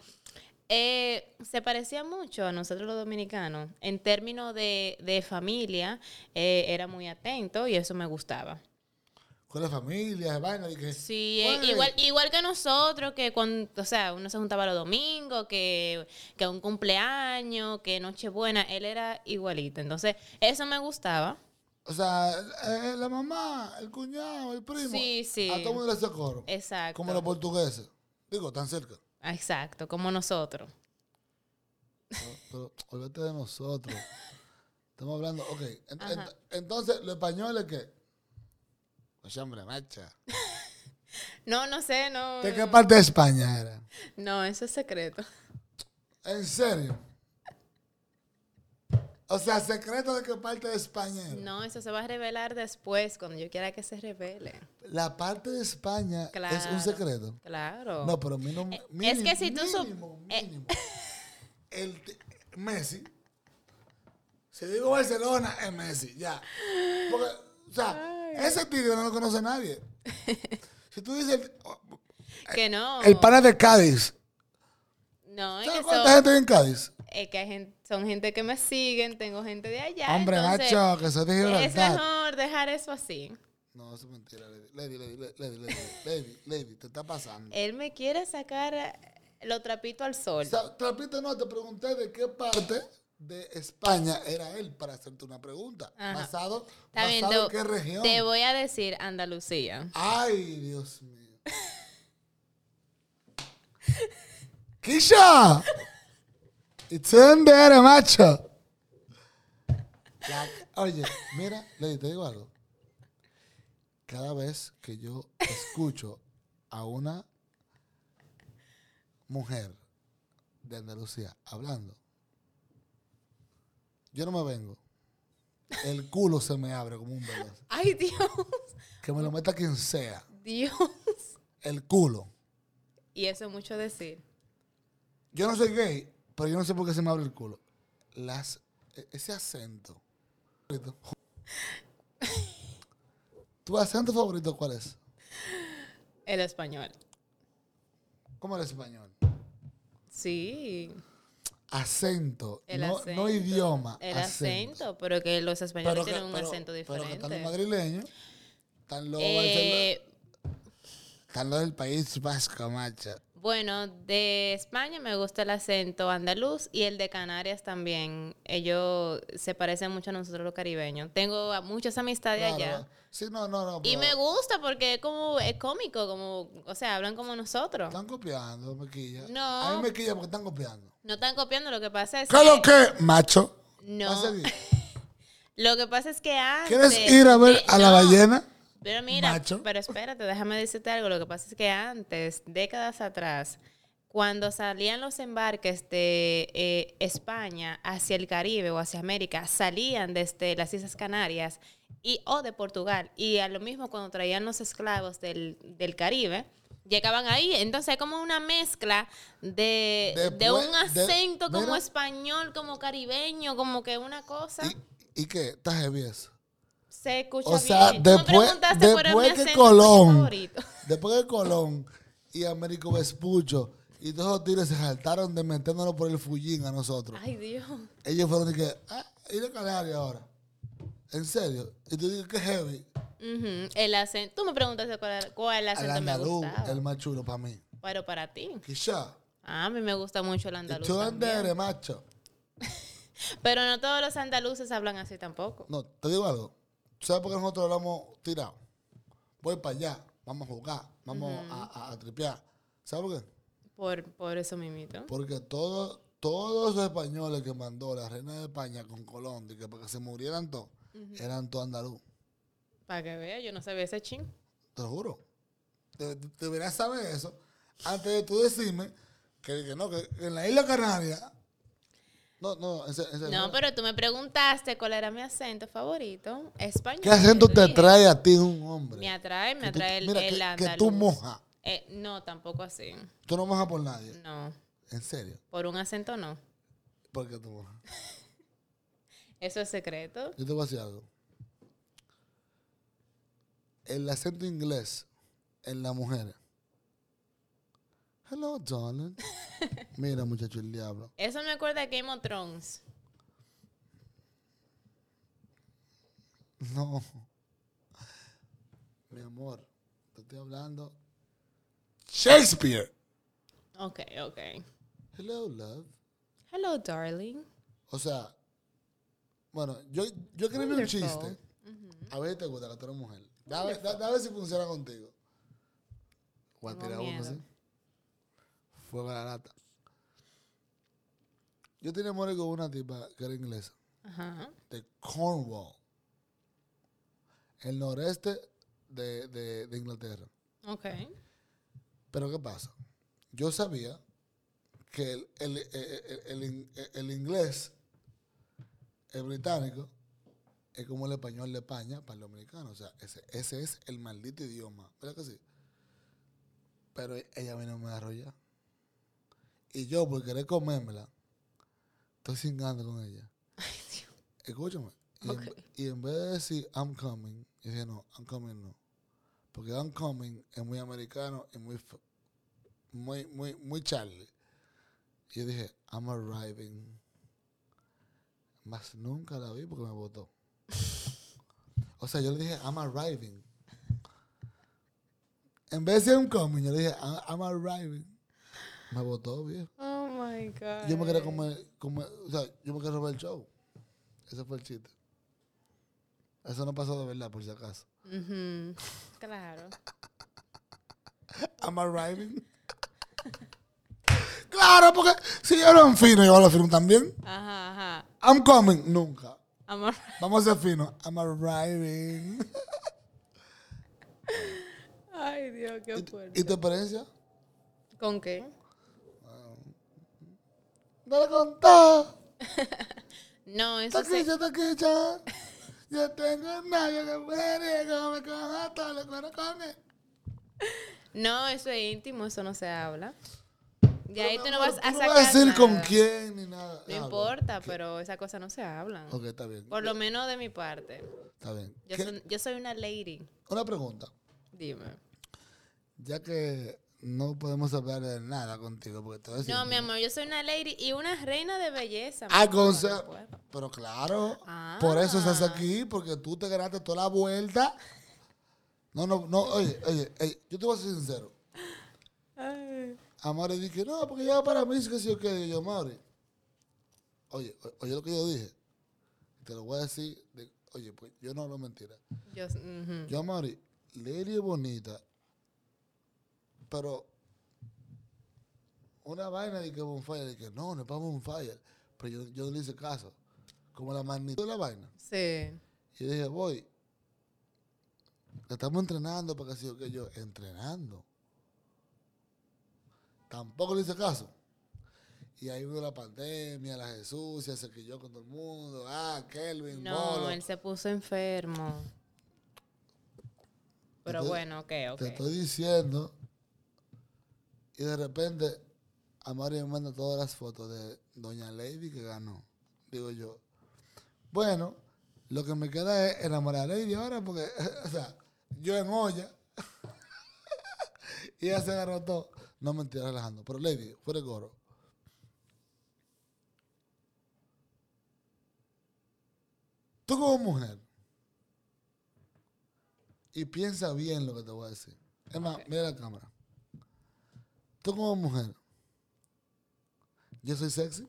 B: eh, se parecía mucho a nosotros los dominicanos. En términos de, de familia, eh, era muy atento y eso me gustaba.
A: Con la familia, de vaina. de que-
B: Sí, eh,
A: Güey,
B: igual, igual que nosotros, que cuando, o sea, uno se juntaba los domingos, que, que un cumpleaños, que Nochebuena, él era igualito. Entonces, eso me gustaba.
A: O sea, eh, la mamá, el cuñado, el primo.
B: Sí, sí.
A: A todo el mundo le hace coro.
B: Exacto.
A: Como los portugueses. Digo, tan cerca.
B: Exacto, como nosotros.
A: Pero, pero olvídate de nosotros. Estamos hablando, ok. ent- ent- entonces, los españoles que. Oye, Pues, hombre, macha.
B: No, no sé, no.
A: ¿De qué parte de España era?
B: No, eso es secreto.
A: ¿En serio? O sea, secreto de qué parte de España era.
B: No, eso se va a revelar después, cuando yo quiera que se revele.
A: La parte de España es
B: Claro.
A: un secreto.
B: Claro.
A: No, pero mínimo.
B: Eh, es que si tú sup-
A: Mínimo,
B: eh.
A: mínimo. El t- Messi. Si digo Barcelona, es Messi, ya. Porque, o sea, ese tigre no lo conoce
B: *laughs*
A: nadie. Si tú dices. El,
B: que no.
A: el pana de Cádiz.
B: no, es que,
A: ¿Sabes cuánta
B: son-
A: gente hay en Cádiz?
B: es que hay gen- son gente que me siguen, tengo gente de allá.
A: Hombre,
B: entonces,
A: macho, que soy de
B: Es
A: Gibraltar.
B: mejor dejar eso así.
A: No, eso es mentira, Lady. Lady, Lady, Lady, Lady, Lady, Lady, te está pasando.
B: Él me quiere sacar eh, lo trapito al
A: O
B: sol.
A: sea, te repito, no, te pregunté de qué parte de España era él para hacerte una pregunta.
B: Ajá.
A: Basado,
B: Está bien,
A: basado en
B: te-
A: qué región.
B: Te voy a decir Andalucía.
A: Ay, Dios mío. ¡Kisha! It's in there, macho. La- oye, mira, Lady, te digo algo. Cada vez que yo escucho a una mujer de Andalucía hablando, yo no me vengo. El culo se me abre como un velo.
B: Ay, *laughs* Dios.
A: Que me lo meta quien sea.
B: Dios.
A: El culo.
B: Y eso es mucho decir.
A: Yo no soy gay, pero yo no sé por qué se me abre el culo. Las, e- ese acento.
B: *laughs*
A: ¿Tu acento favorito cuál es?
B: El español.
A: ¿Cómo el español?
B: Sí.
A: Acento,
B: El
A: no,
B: acento.
A: no idioma.
B: El acento. Pero que los españoles
A: Pero que,
B: tienen un
A: pero-
B: acento
A: pero que
B: diferente.
A: están los madrileños, están los, barcelo-
B: Eh,
A: están los del País Vasco, macho.
B: bueno, de España me gusta el acento andaluz y el de Canarias también. Ellos se parecen mucho a nosotros los caribeños. Tengo a muchas amistades
A: Claro.
B: allá.
A: Sí, no, no, no.
B: Ah, Y
A: pero
B: me gusta porque es como es cómico, como, o sea, hablan como nosotros.
A: Están copiando, me quilla.
B: No.
A: A mí me quilla porque están copiando.
B: No están copiando, lo que pasa es
A: ¿Qué es lo
B: que
A: que, macho?
B: no.
A: Pasa aquí.
B: Lo que pasa es que antes
A: ¿Quieres ir a ver
B: de-
A: a la
B: no,
A: ballena?
B: Pero mira,
A: macho?
B: pero espérate, déjame decirte algo, lo que pasa es que antes, décadas atrás, cuando salían los embarques de eh, España hacia el Caribe o hacia América, salían desde las Islas Canarias y o de Portugal y a lo mismo cuando traían los esclavos del, del Caribe llegaban ahí entonces hay como una mezcla de, de
A: Después
B: un
A: de-
B: acento como
A: mira.
B: español como caribeño como que una cosa
A: ¿Y, y qué? ¿Estás heavy eso?
B: se escucha
A: O sea,
B: bien. Tú me
A: después,
B: preguntaste cuál era mi
A: después que
B: acento
A: Colón,
B: favorito.
A: después que Colón y Américo Vespucho y todos los tigres se saltaron de metiéndonos por el fullín a nosotros.
B: Ay, Dios.
A: Ellos fueron de que, ah, ir a Canarias ahora. ¿En serio? Y tú dices, qué heavy.
B: Ujú, El acento. Tú me preguntaste cuál, era- cuál
A: Al
B: acento
A: andaluz,
B: me gustaba.
A: el más chulo para mí.
B: Pero para ti. Ah,
A: Quizá.
B: A mí me gusta mucho el andaluz.
A: Tú
B: también.
A: eres macho.
B: Pero no todos los andaluces hablan así tampoco.
A: No, te digo algo. ¿Tú ¿Sabes por qué nosotros hablamos tirado? Voy para allá, vamos a jugar, vamos a, a, a tripear. ¿Sabes por qué?
B: Por, por eso mimito.
A: Porque todo- todos los españoles que mandó la reina de España con Colón, de que para que se murieran todos, eran todos andaluz.
B: Para que veas, yo no sabía ese ching.
A: Te lo juro. Te- te- Deberías saber eso antes de tú decirme que, que no, que en la isla Canaria. No, no, en serio, en serio,
B: No,
A: mira.
B: pero tú me preguntaste cuál era mi acento favorito. Español.
A: ¿Qué acento
B: yo
A: te
B: dije.
A: trae a ti un hombre?
B: Me atrae, me
A: Que tú-
B: atrae el,
A: mira,
B: el
A: que, que
B: andaluz.
A: tú mojas.
B: Eh, no, tampoco así.
A: Tú no mojas por nadie.
B: No.
A: ¿En serio?
B: Por un acento no.
A: ¿Por qué tú?
B: Eso es secreto.
A: Yo te voy a decir algo. El acento inglés en la mujer. Hello, darling. Mira, muchacho, el diablo. *laughs*
B: Eso me acuerda a Game of Thrones.
A: No. Mi amor, te estoy hablando. Shakespeare.
B: Ok, ok.
A: Hello, love.
B: Hello, darling.
A: O sea, bueno, yo, yo escribí un
B: Wonderful.
A: chiste. A ver si te gusta que tú eres mujer. Da- da- da- A ver si funciona contigo. Voy a
B: Tengo
A: tirar uno
B: miedo.
A: así. Fuego a la lata. Yo tenía amor con una tipa que era inglesa,
B: Ajá.
A: de Cornwall, el noreste de, de- de Inglaterra.
B: Ok.
A: Pero ¿qué pasa? Yo sabía que el, el- el- el- el- el inglés, el británico, es como el español de España para el dominicano. O sea, ese, ese es el maldito idioma. ¿Verdad que sí? Pero ella a mí no me agarró ya. Y yo, por querer comérmela, estoy cingando con ella. Escúchame. Y, en,
B: Ok.
A: y en vez de decir I'm coming, yo dije no, I'm coming no. Porque I'm coming es muy americano y muy, f- muy, muy, muy Charlie. Y yo dije, I'm arriving. Más nunca la vi porque me votó. o sea, yo le dije, I'm arriving. En vez de decir I'm coming, yo le dije, I'm, I'm arriving. Me votó, viejo.
B: Oh my God.
A: Yo me quería comer, comer- o sea, yo me quería robar el show. Ese fue el chiste. Eso no pasó de verdad, por si acaso.
B: Ujú. Claro.
A: I'm arriving. *laughs* claro, porque si yo lo enfino, yo lo firmo también.
B: Ajá, ajá.
A: I'm coming. Nunca.
B: Amor.
A: Vamos a ser fino. I'm arriving.
B: *laughs* Ay, Dios, qué
A: ¿Y,
B: fuerte.
A: y tu experiencia?
B: ¿Con qué?
A: Dale con todo.
B: No, eso se...
A: Taquilla,
B: *laughs*
A: taquilla. Yo tengo nadie que muere, que me coja todo lo que no come.
B: no, eso es íntimo, eso no se habla. De
A: Pero,
B: ahí tú
A: mi
B: no
A: amor,
B: vas a
A: tú
B: sacar
A: No vas a decir con
B: nada.
A: quién ni nada.
B: No
A: Ah,
B: importa, pero esas cosas no se hablan.
A: bueno. Ok, está bien.
B: Por lo menos de mi parte.
A: Está bien.
B: Yo,
A: ¿Qué-
B: son- yo soy una lady.
A: Una pregunta.
B: Dime.
A: Ya que no podemos hablar de nada contigo, porque te voy a decir-
B: No, mi amor, yo soy una lady y una reina de belleza. mi
A: Ah,
B: amor,
A: con ser-
B: no puedo.
A: Pero claro,
B: Ah.
A: por eso estás aquí, porque tú te ganaste toda la vuelta. No, no, no, oye, oye, ey, yo te voy a ser sincero.
B: Ay.
A: A Mauri dije, no, porque ya para mí es que sí o que yo, Mauri. Oye, o- oye lo que yo dije. Te lo voy a decir, de- oye, pues yo no hablo mentira.
B: Yo, ujú.
A: Yo a Mauri, Lady es bonita, pero una vaina de que Bonfire, de que no, no es para Bonfire. Pero yo, yo no le hice caso. Como la magnitud de la vaina.
B: Sí.
A: Y dije, voy. La estamos entrenando para que siga que yo. Entrenando. Tampoco le hice caso. Y ahí vino la pandemia, la Jesús, se acerquilló con todo el mundo. Ah, Kelvin,
B: No,
A: Bolo.
B: él se puso enfermo. Pero
A: Entonces,
B: bueno, ok, ok.
A: Te estoy diciendo. Y de repente, Amari me manda todas las fotos de Doña Lady que ganó. Digo yo, bueno, lo que me queda es enamorar a Lady ahora porque, *laughs* o sea, yo en olla. *laughs* y ella se agarró todo. No mentira, relajando. Pero Lady, fuera de coro. Tú como mujer, y piensa bien lo que te voy a decir. Es más, mira la cámara. Tú como mujer, yo soy sexy.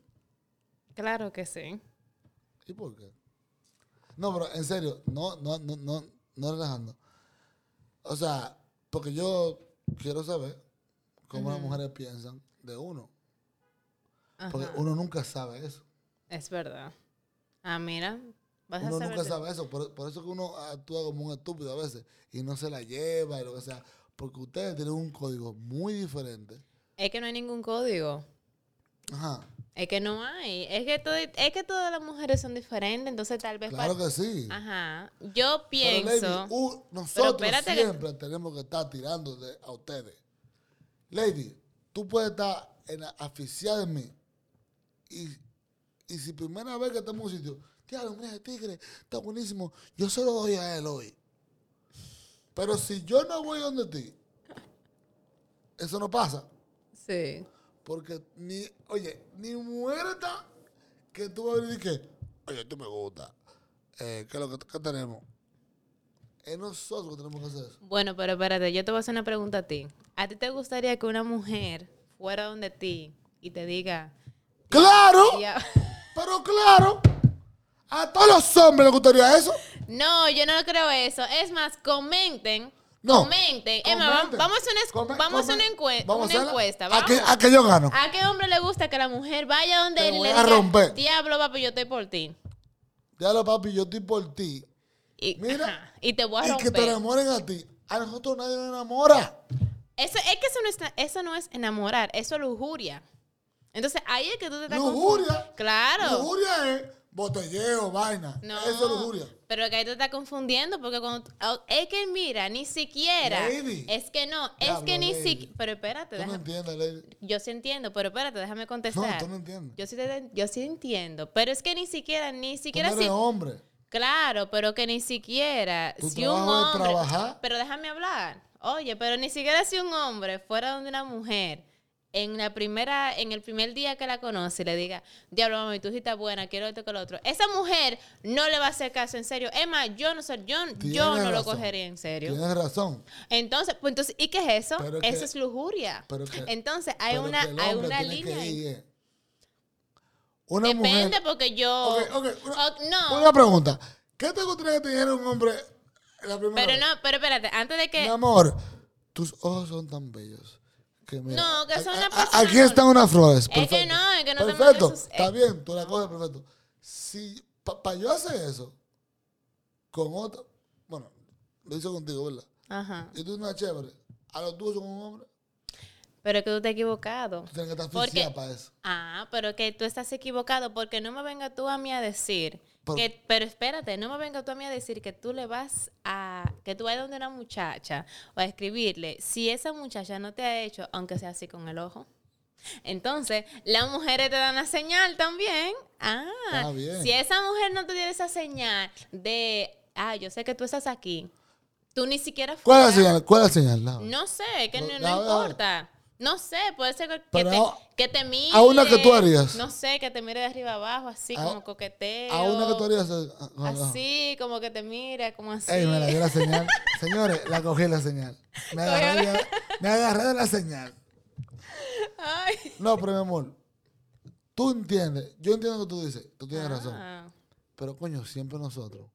B: Claro que sí.
A: ¿Y por qué? No, pero en serio, no, no, no, no, no relajando. O sea, porque yo quiero saber cómo las mujeres piensan de uno. Porque
B: Ajá.
A: uno nunca sabe eso.
B: Es verdad. Ah, mira. Vas a
A: Uno
B: saber
A: nunca
B: de-
A: sabe eso. Por, por eso que uno actúa como un estúpido a veces y no se la lleva y lo que sea. Porque ustedes tienen un código muy diferente.
B: Es que no hay ningún código.
A: Ajá.
B: Es que no hay. Es que, todo- es que todas las mujeres son diferentes, entonces tal vez...
A: Claro
B: para-
A: que sí.
B: Ajá. Yo
A: Pero, Lady,
B: pienso...
A: u- nosotros
B: espérate que-
A: siempre tenemos que estar tirando de- a ustedes. Lady, tú puedes estar en a- asfixiar en mí. Y, y si primera vez que estamos en un sitio, diablo, mira ese tigre, está buenísimo, yo se lo doy a él hoy. Pero si yo no voy donde ti, eso no pasa.
C: Sí.
A: Porque ni, oye, ni muerta que tú vas a venir y que, oye, tú me gusta. Eh, ¿Qué es lo que qué tenemos? Es nosotros que tenemos que hacer eso.
B: Bueno, pero espérate, yo te voy a hacer una pregunta a ti. ¿A ti te gustaría que una mujer fuera donde ti y te diga,
A: ¡Claro!
B: "Dia-
A: Pero claro, a todos los hombres les gustaría eso.
B: *laughs* No, yo no creo eso. Es más, comenten.
A: No.
B: Comenten. Emma, va-
A: Comenten.
B: vamos a hacer una, es-
A: Come-
B: vamos a hacer
A: come-
B: una, encue-
A: vamos a
B: una
A: hacerla.
B: encuesta.
A: ¿A que,
B: vamos.
A: a que yo gano?
B: ¿A qué hombre le gusta que la mujer vaya donde
A: Te
B: él y
A: voy
B: le
A: a
B: diga,
A: romper.
B: diablo, papi, yo estoy por ti?
A: Diablo, papi, yo estoy por ti.
B: Y,
A: Mira.
B: ajá, y te voy a
A: Y que te
B: romper.
A: enamoren a ti. A nosotros nadie nos enamora.
B: Eso, es que eso no, es, eso no es enamorar, eso es lujuria. Entonces, ahí es que tú te estás
A: Lujuria.
B: confundiendo. Claro.
A: Lujuria es botelleo, vaina.
B: No,
A: Eso es lujuria.
B: Pero que ahí te está confundiendo porque cuando tú- ah, es que mira, ni siquiera.
A: Lady.
B: Es que no, es
A: Diablo,
B: que ni
A: lady.
B: siquiera. Pero espérate,
A: Tú no
B: déjame-
A: entiendes, Lady.
B: yo sí entiendo, pero espérate, déjame
A: No,
B: contestar.
A: tú no entiendes.
B: yo, sí te- yo sí entiendo, pero es que ni siquiera, ni
A: Tú
B: siquiera
A: no
B: si,
A: eres hombre.
B: Claro, pero que ni siquiera
A: Tu
B: si un
A: trabajo es
B: hombre.
A: trabajar.
B: Pero déjame hablar. Oye, pero ni siquiera si un hombre fuera donde una mujer en la primera, en el primer día que la conoce, le diga, diablo mami, tú sí estás buena, quiero esto con lo otro. Esa mujer no le va a hacer caso, en serio. Emma, yo no sé, yo,
A: Tienes
B: yo no lo
A: razón.
B: cogería en serio.
A: Tienes razón.
B: Entonces, pues entonces, ¿y qué es eso?
A: Pero
B: eso
A: que-
B: es lujuria.
A: pero que-
B: entonces, hay
A: Pero
B: una,
A: que el
B: hay
A: hombre
B: una
A: tiene que
B: línea. ahí.
A: ir, eh. Una
B: Depende
A: mujer.
B: porque yo.
A: Ok, ok, una-
B: Oh, no,
A: Una pregunta. ¿Qué te gustaría que te dijera un hombre la primera
B: pero
A: vez?
B: no, pero espérate, antes de que.
A: Mi amor, tus ojos son tan bellos. Que mira,
B: No, que son
A: a-
B: una
A: a-
B: persona
A: Aquí
B: normal.
A: están unas flores.
B: Es que
A: perfecto.
B: no, es que no te
A: Perfecto,
B: mereces-
A: está
B: eh.
A: bien, tú la coges perfecto. Si para yo hacer eso con otro, bueno, lo hice contigo, ¿verdad?
B: Ajá.
A: Y tú una chévere, a lo tuyo con un hombre,
B: Pero es que tú te has equivocado.
A: tú tienes que estar
B: Porque-
A: asfixiada para eso.
B: Ah, pero que tú estás equivocado porque no me venga tú a mí a decir
A: Por-
B: que, pero espérate, no me venga tú a mí a decir que tú le vas a, que tú vas donde una muchacha o a escribirle si esa muchacha no te ha hecho, aunque sea así con el ojo. Entonces, las mujeres te dan la señal también. Ah,
A: Está bien.
B: si esa mujer no te dio esa señal de, ah, yo sé que tú estás aquí, tú ni siquiera
A: ¿Cuál es la
B: fueras-
A: señal? ¿Cuál es la señal? Nada.
B: No sé, que
A: Ah. No,
B: no,
A: la
B: no
A: verdad.
B: importa. No sé, puede ser que,
A: Pero
B: te,
A: a-
B: que te mire.
A: a una que tú harías.
B: No sé, que te mire de arriba abajo, así
A: A-
B: como coqueteo.
A: a una que tú harías. eh, ah, ah, ah.
B: Así, como que te mira, como así.
A: Ey, me la dio la señal. *laughs* Señores, la cogí la señal. Me agarré, de la- me agarré de la señal.
B: *laughs* Ay.
A: No, pero mi amor, tú entiendes, yo entiendo lo que tú dices, tú tienes razón.
B: Ah,
A: Pero coño, siempre nosotros.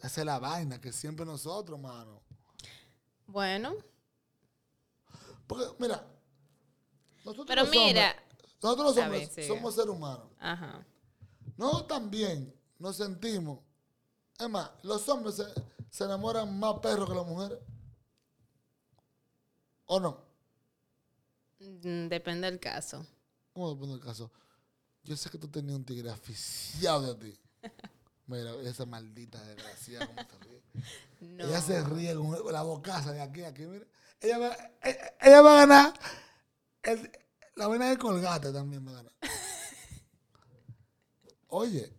A: Esa es la vaina, que siempre nosotros, mano.
B: Bueno,
A: Porque, mira, nosotros
B: pero
A: los
B: mira.
A: hombres, nosotros los
B: A
A: hombres
B: ver, sigue.
A: somos seres humanos.
B: Ajá.
A: Nosotros también nos sentimos. Es más, los hombres se, se enamoran más perros que las mujeres. ¿O no?
B: Mm, Depende del caso.
A: ¿Cómo te pongo el caso? Yo sé que tú tenías un tigre aficiado de ti. Mira, esa maldita desgraciada, cómo se ríe.
B: No.
A: Ella se ríe con la bocaza de aquí a aquí, mira. Ella va, e- ella va a ganar. el- la vaina de colgate también va a ganar. Oye,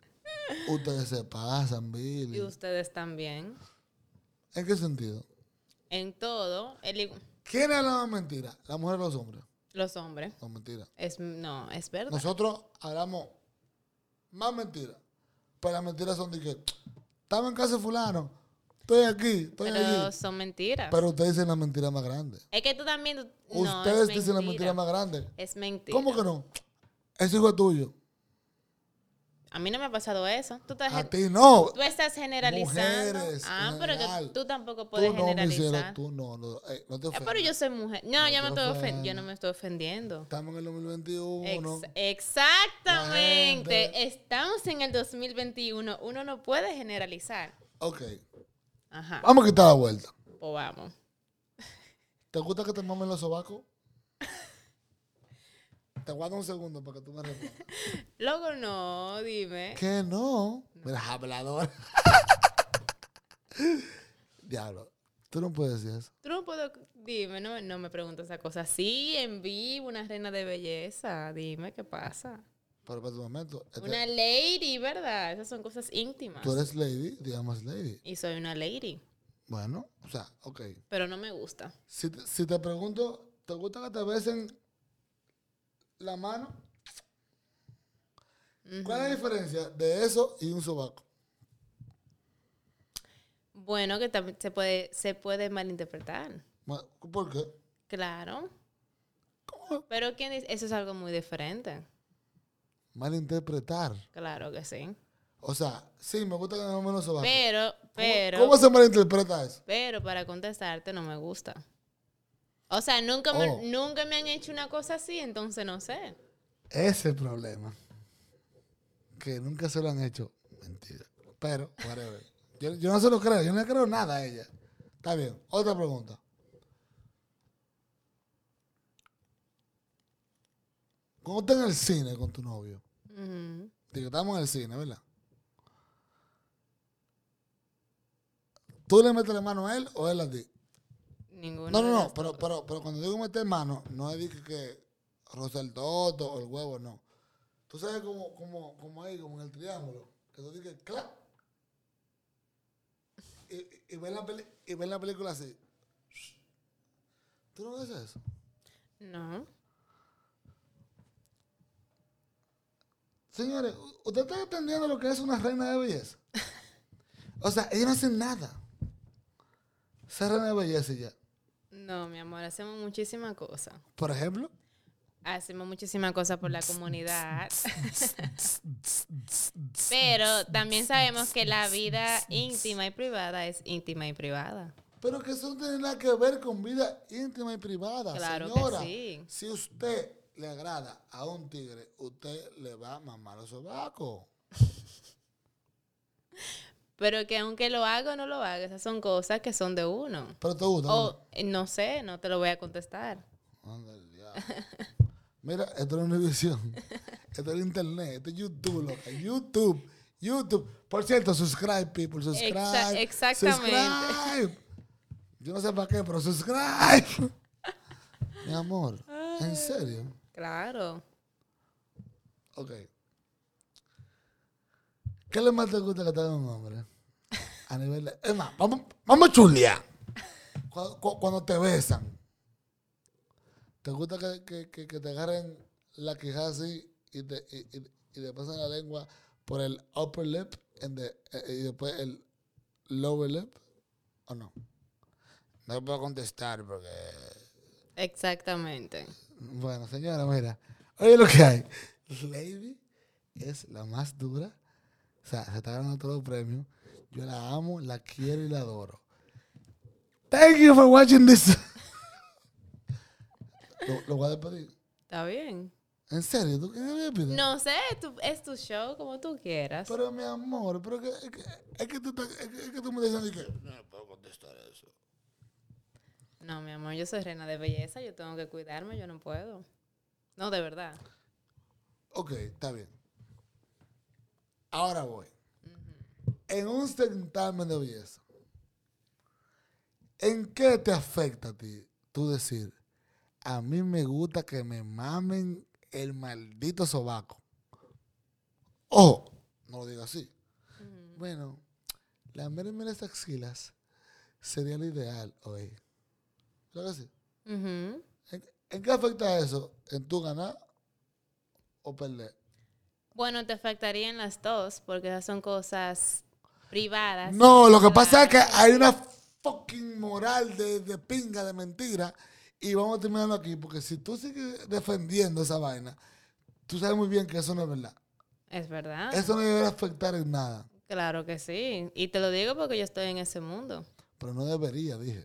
A: ustedes se pasan,
B: Y
A: Billy.
B: ustedes también.
A: ¿En qué sentido?
B: En todo, el igu-
A: ¿Quién es la más mentira? ¿La mujer o los hombres?
B: los hombres.
A: No, mentira.
B: Es, no, es verdad.
A: Nosotros hablamos más mentiras. Pero las mentiras son de que estaba en casa de fulano, estoy aquí, estoy
B: pero
A: aquí.
B: son mentiras.
A: Pero ustedes dicen la mentira más grande.
B: es que tú también. tú- no, es
A: ustedes dicen la mentira
B: mentira.
A: más grande.
B: Es mentira.
A: ¿Cómo que no? Ese hijo es tuyo.
B: A mí no me ha pasado eso. Tú, estás
A: A
B: gen-
A: ti no.
B: Pues tú estás generalizando.
A: Mujeres,
B: ah,
A: en
B: pero que
A: general.
B: tú tampoco
A: Tú no,
B: puedes
A: mi cielo,
B: generalizar.
A: tú no. no, eh, no te
B: Ah,
A: ofendas.
B: pero yo soy mujer. No, yo,
A: te
B: me estoy ofen- yo
A: ofendas.
B: no me estoy ofendiendo.
A: Estamos en el 2021.
B: Ex- exactamente.
A: La gente-
B: Estamos en el 2021. Uno no puede generalizar.
A: Ok.
B: Ajá.
A: Vamos a quitar la vuelta.
B: O vamos.
A: ¿Te gusta que te mamen los sobacos? te guardo un segundo para que tú me respondas.
B: Luego no, dime.
A: Que *laughs* no. Mira, hablador. *laughs* Diablo. Tú no puedes decir eso.
B: Tú no puedo, dime, no, no me preguntes esa cosa. Sí, en vivo, una reina de belleza, dime qué pasa.
A: Pero para tu momento. este-
B: Una lady, ¿verdad? Esas son cosas íntimas.
A: tú eres lady, digamos lady.
B: Y soy una lady,
A: Bueno, o sea, ok.
B: pero no me gusta.
A: Si te, si te pregunto, ¿te gusta que te besen la mano? ¿Cuál es la diferencia de eso y un sobaco?
B: Bueno, que también se puede, se puede malinterpretar.
A: Ma- ¿Por qué?
B: Claro.
A: ¿Cómo?
B: Pero ¿quién dice? Eso es algo muy diferente.
A: Malinterpretar.
B: Claro que sí.
A: O sea, sí, me gusta que me den los sobacos.
B: Pero,
A: ¿Cómo-
B: pero,
A: ¿Cómo se malinterpreta eso?
B: pero para contestarte no me gusta. O sea, nunca me,
A: Oh.
B: nunca me han hecho una cosa así, entonces no sé.
A: Ese es el problema. Que nunca se lo han hecho. Mentira. Pero, whatever. *laughs* Yo, yo no se lo creo. Yo no le creo nada a ella. Está bien. Otra pregunta. ¿Cómo estás en el cine con tu novio?
B: Ujú.
A: Digo, estamos en el cine, ¿verdad? ¿Tú le metes la mano a él o él a ti?
B: Ninguno
A: No, no,
B: de
A: no,
B: las-
A: pero, pero, pero cuando digo meter mano, no es de que, que rozar el toto o el huevo, no. Tú sabes como, como, como ahí, como en el triángulo, que tú dices clap. Y, y- y, ves la peli- y ves la película así. ¿Tú no ves eso?
B: No.
A: Señores, u- ¿usted está entendiendo lo que es una reina de belleza? O sea, ellos no hacen nada. Ser reina de belleza y ya.
B: No, mi amor, hacemos muchísima cosa.
A: Por ejemplo.
B: Hacemos muchísima cosa por
A: *laughs*
B: la comunidad. Pero también sabemos que la vida íntima y privada es íntima y privada.
A: Pero que eso no tiene nada que ver con vida íntima y privada.
B: Claro que
A: Señora,
B: sí.
A: si usted le agrada a un tigre, usted le va a mamar los sobacos.
B: Pero que aunque lo haga o no lo haga, esas son cosas que son de uno.
A: Pero te gusta.
B: O eh, no sé, no te lo voy a contestar.
A: ¿no? Anda el diablo. Mira, esto no es
B: *laughs*
A: televisión. Esto es internet. Esto es YouTube, loca. YouTube. YouTube. Por cierto, subscribe, people. Subscribe.
B: Exa- exactamente.
A: Subscribe. Yo no sé para qué, pero subscribe. Mi amor, ¿en serio?
B: Claro.
A: Ok. ¿Qué le más te gusta que te haga un hombre? A nivel de... Es más, vamos, vamos a chulear. Cuando, cu- cuando te besan. ¿Te gusta que, que- que- que te agarren la quijada así y te, y, y- y te pasen la lengua por el upper lip and the- eh, y después el lower lip? ¿O no? No puedo contestar porque...
B: Exactamente.
A: Bueno, señora, mira. Oye lo que hay. Lady es la más dura. O sea, se está ganando todos los premios. Yo la amo, la quiero y la adoro. Thank you for watching this. *laughs* lo, lo voy a despedir.
B: ¿Está bien?
A: ¿En serio? ¿Tú qué me despides?
B: No sé, tú- es tu show como tú quieras.
A: Pero mi amor, pero que, es, que, es que tú, estás- es que, es que tú me dices que no puedo contestar eso.
B: No, mi amor, yo soy reina de belleza, yo tengo que cuidarme, yo no puedo. No, de verdad.
A: Ok, está bien. Ahora voy. En un certamen de belleza, ¿en qué te afecta a ti tú decir, a mí me gusta que me mamen el maldito sobaco? Ojo, no lo digo así.
B: Ujú.
A: Bueno, lamerme las axilas sería lo ideal hoy. ¿Verdad que sí?
B: Ujú.
A: ¿En, en qué afecta eso? ¿En tu ganar o perder?
B: Bueno, te afectaría en las dos, porque esas son cosas privadas.
A: No, lo que pasa es que hay una fucking moral de, de pinga, de mentira. Y vamos a terminarlo aquí, porque si tú sigues defendiendo esa vaina, tú sabes muy bien que eso no es verdad.
B: Es verdad.
A: Eso no debe afectar en nada.
B: Claro que sí. Y te lo digo porque yo estoy en ese mundo.
A: Pero no debería, dije.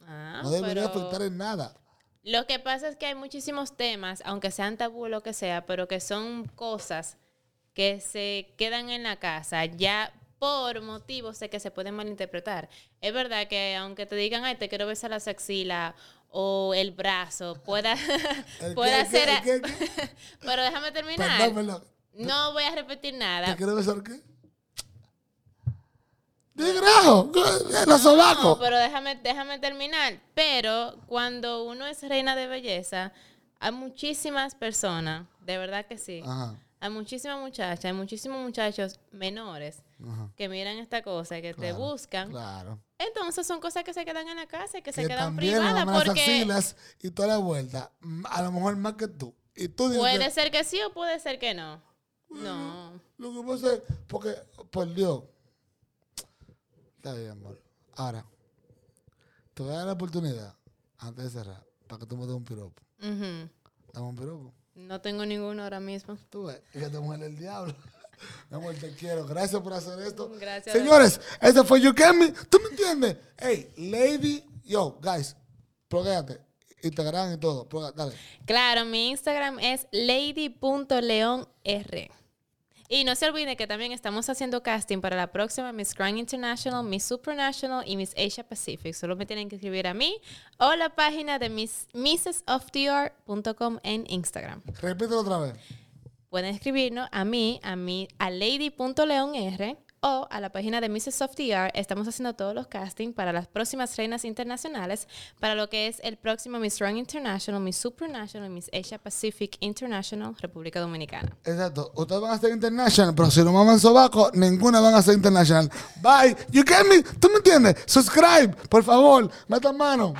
B: Ah,
A: No debería
B: pero-
A: afectar en nada.
B: Lo que pasa es que hay muchísimos temas, aunque sean tabú o lo que sea, pero que son cosas que se quedan en la casa ya por motivos de que se pueden malinterpretar. Es verdad que aunque te digan, ay, te quiero besar las axilas o el brazo, pueda,
A: *laughs* El
B: pueda
A: que- el que-
B: ser... a-
A: el que- el que-
B: Pero déjame
A: Perdón,
B: terminar.
A: perdón.
B: No voy a repetir
A: ¿Te
B: nada.
A: quiero besar qué? Tigrajo, los
B: No, pues.
A: sobacos.
B: pero déjame, déjame terminar. Pero cuando uno es reina de belleza, hay muchísimas personas, de verdad que sí.
A: Ajá,
B: Hay muchísimas muchachas, hay muchísimos muchachos menores
A: ajá.
B: que miran esta cosa y que te
A: Claro,
B: buscan.
A: Claro.
B: Entonces son cosas que se quedan en la casa y que, se
A: que
B: quedan
A: también le
B: privadas
A: maman las
B: porque
A: axilas y toda la vuelta. mm, A lo mejor más que tú. Y tú dices,
B: puede ser que sí o puede ser que no. No.
A: lo que pasa es, porque, por Dios. Está bien, amor. Ahora, te voy a dar la oportunidad, antes de cerrar, para que tú me des un piropo.
B: Ujú.
A: Dame un piropo.
B: No tengo ninguno ahora mismo.
A: Tú ves, y que te muere el diablo. *laughs* Mi amor, te quiero. Gracias por hacer esto.
B: Gracias.
A: Señores, ese fue You Can Me. ¿Tú me entiendes? Hey, lady, yo, guys, pluguéate. Instagram y todo. Pluga- Dale.
B: Claro, mi Instagram es lady.leonr. Y no se olviden que también estamos haciendo casting para la próxima Miss Grand International, Miss Supranational y Miss Asia Pacific. Solo me tienen que escribir a mí o la página de miss, mrsofdr.com en Instagram.
A: Repítelo otra vez.
B: Pueden escribirnos a mí, a mí, a lady.leonr o a la página de Mrs. of DR. Estamos haciendo todos los castings para las próximas reinas internacionales, para lo que es el próximo Miss Strong International, Miss Supranational, y Miss Asia Pacific International, República Dominicana.
A: Exacto. Ustedes van a ser international, pero si no maman sobaco, ninguna van a ser international. Bye. You Can Me. ¿Tú me entiendes? Subscribe, por favor. Meta mano.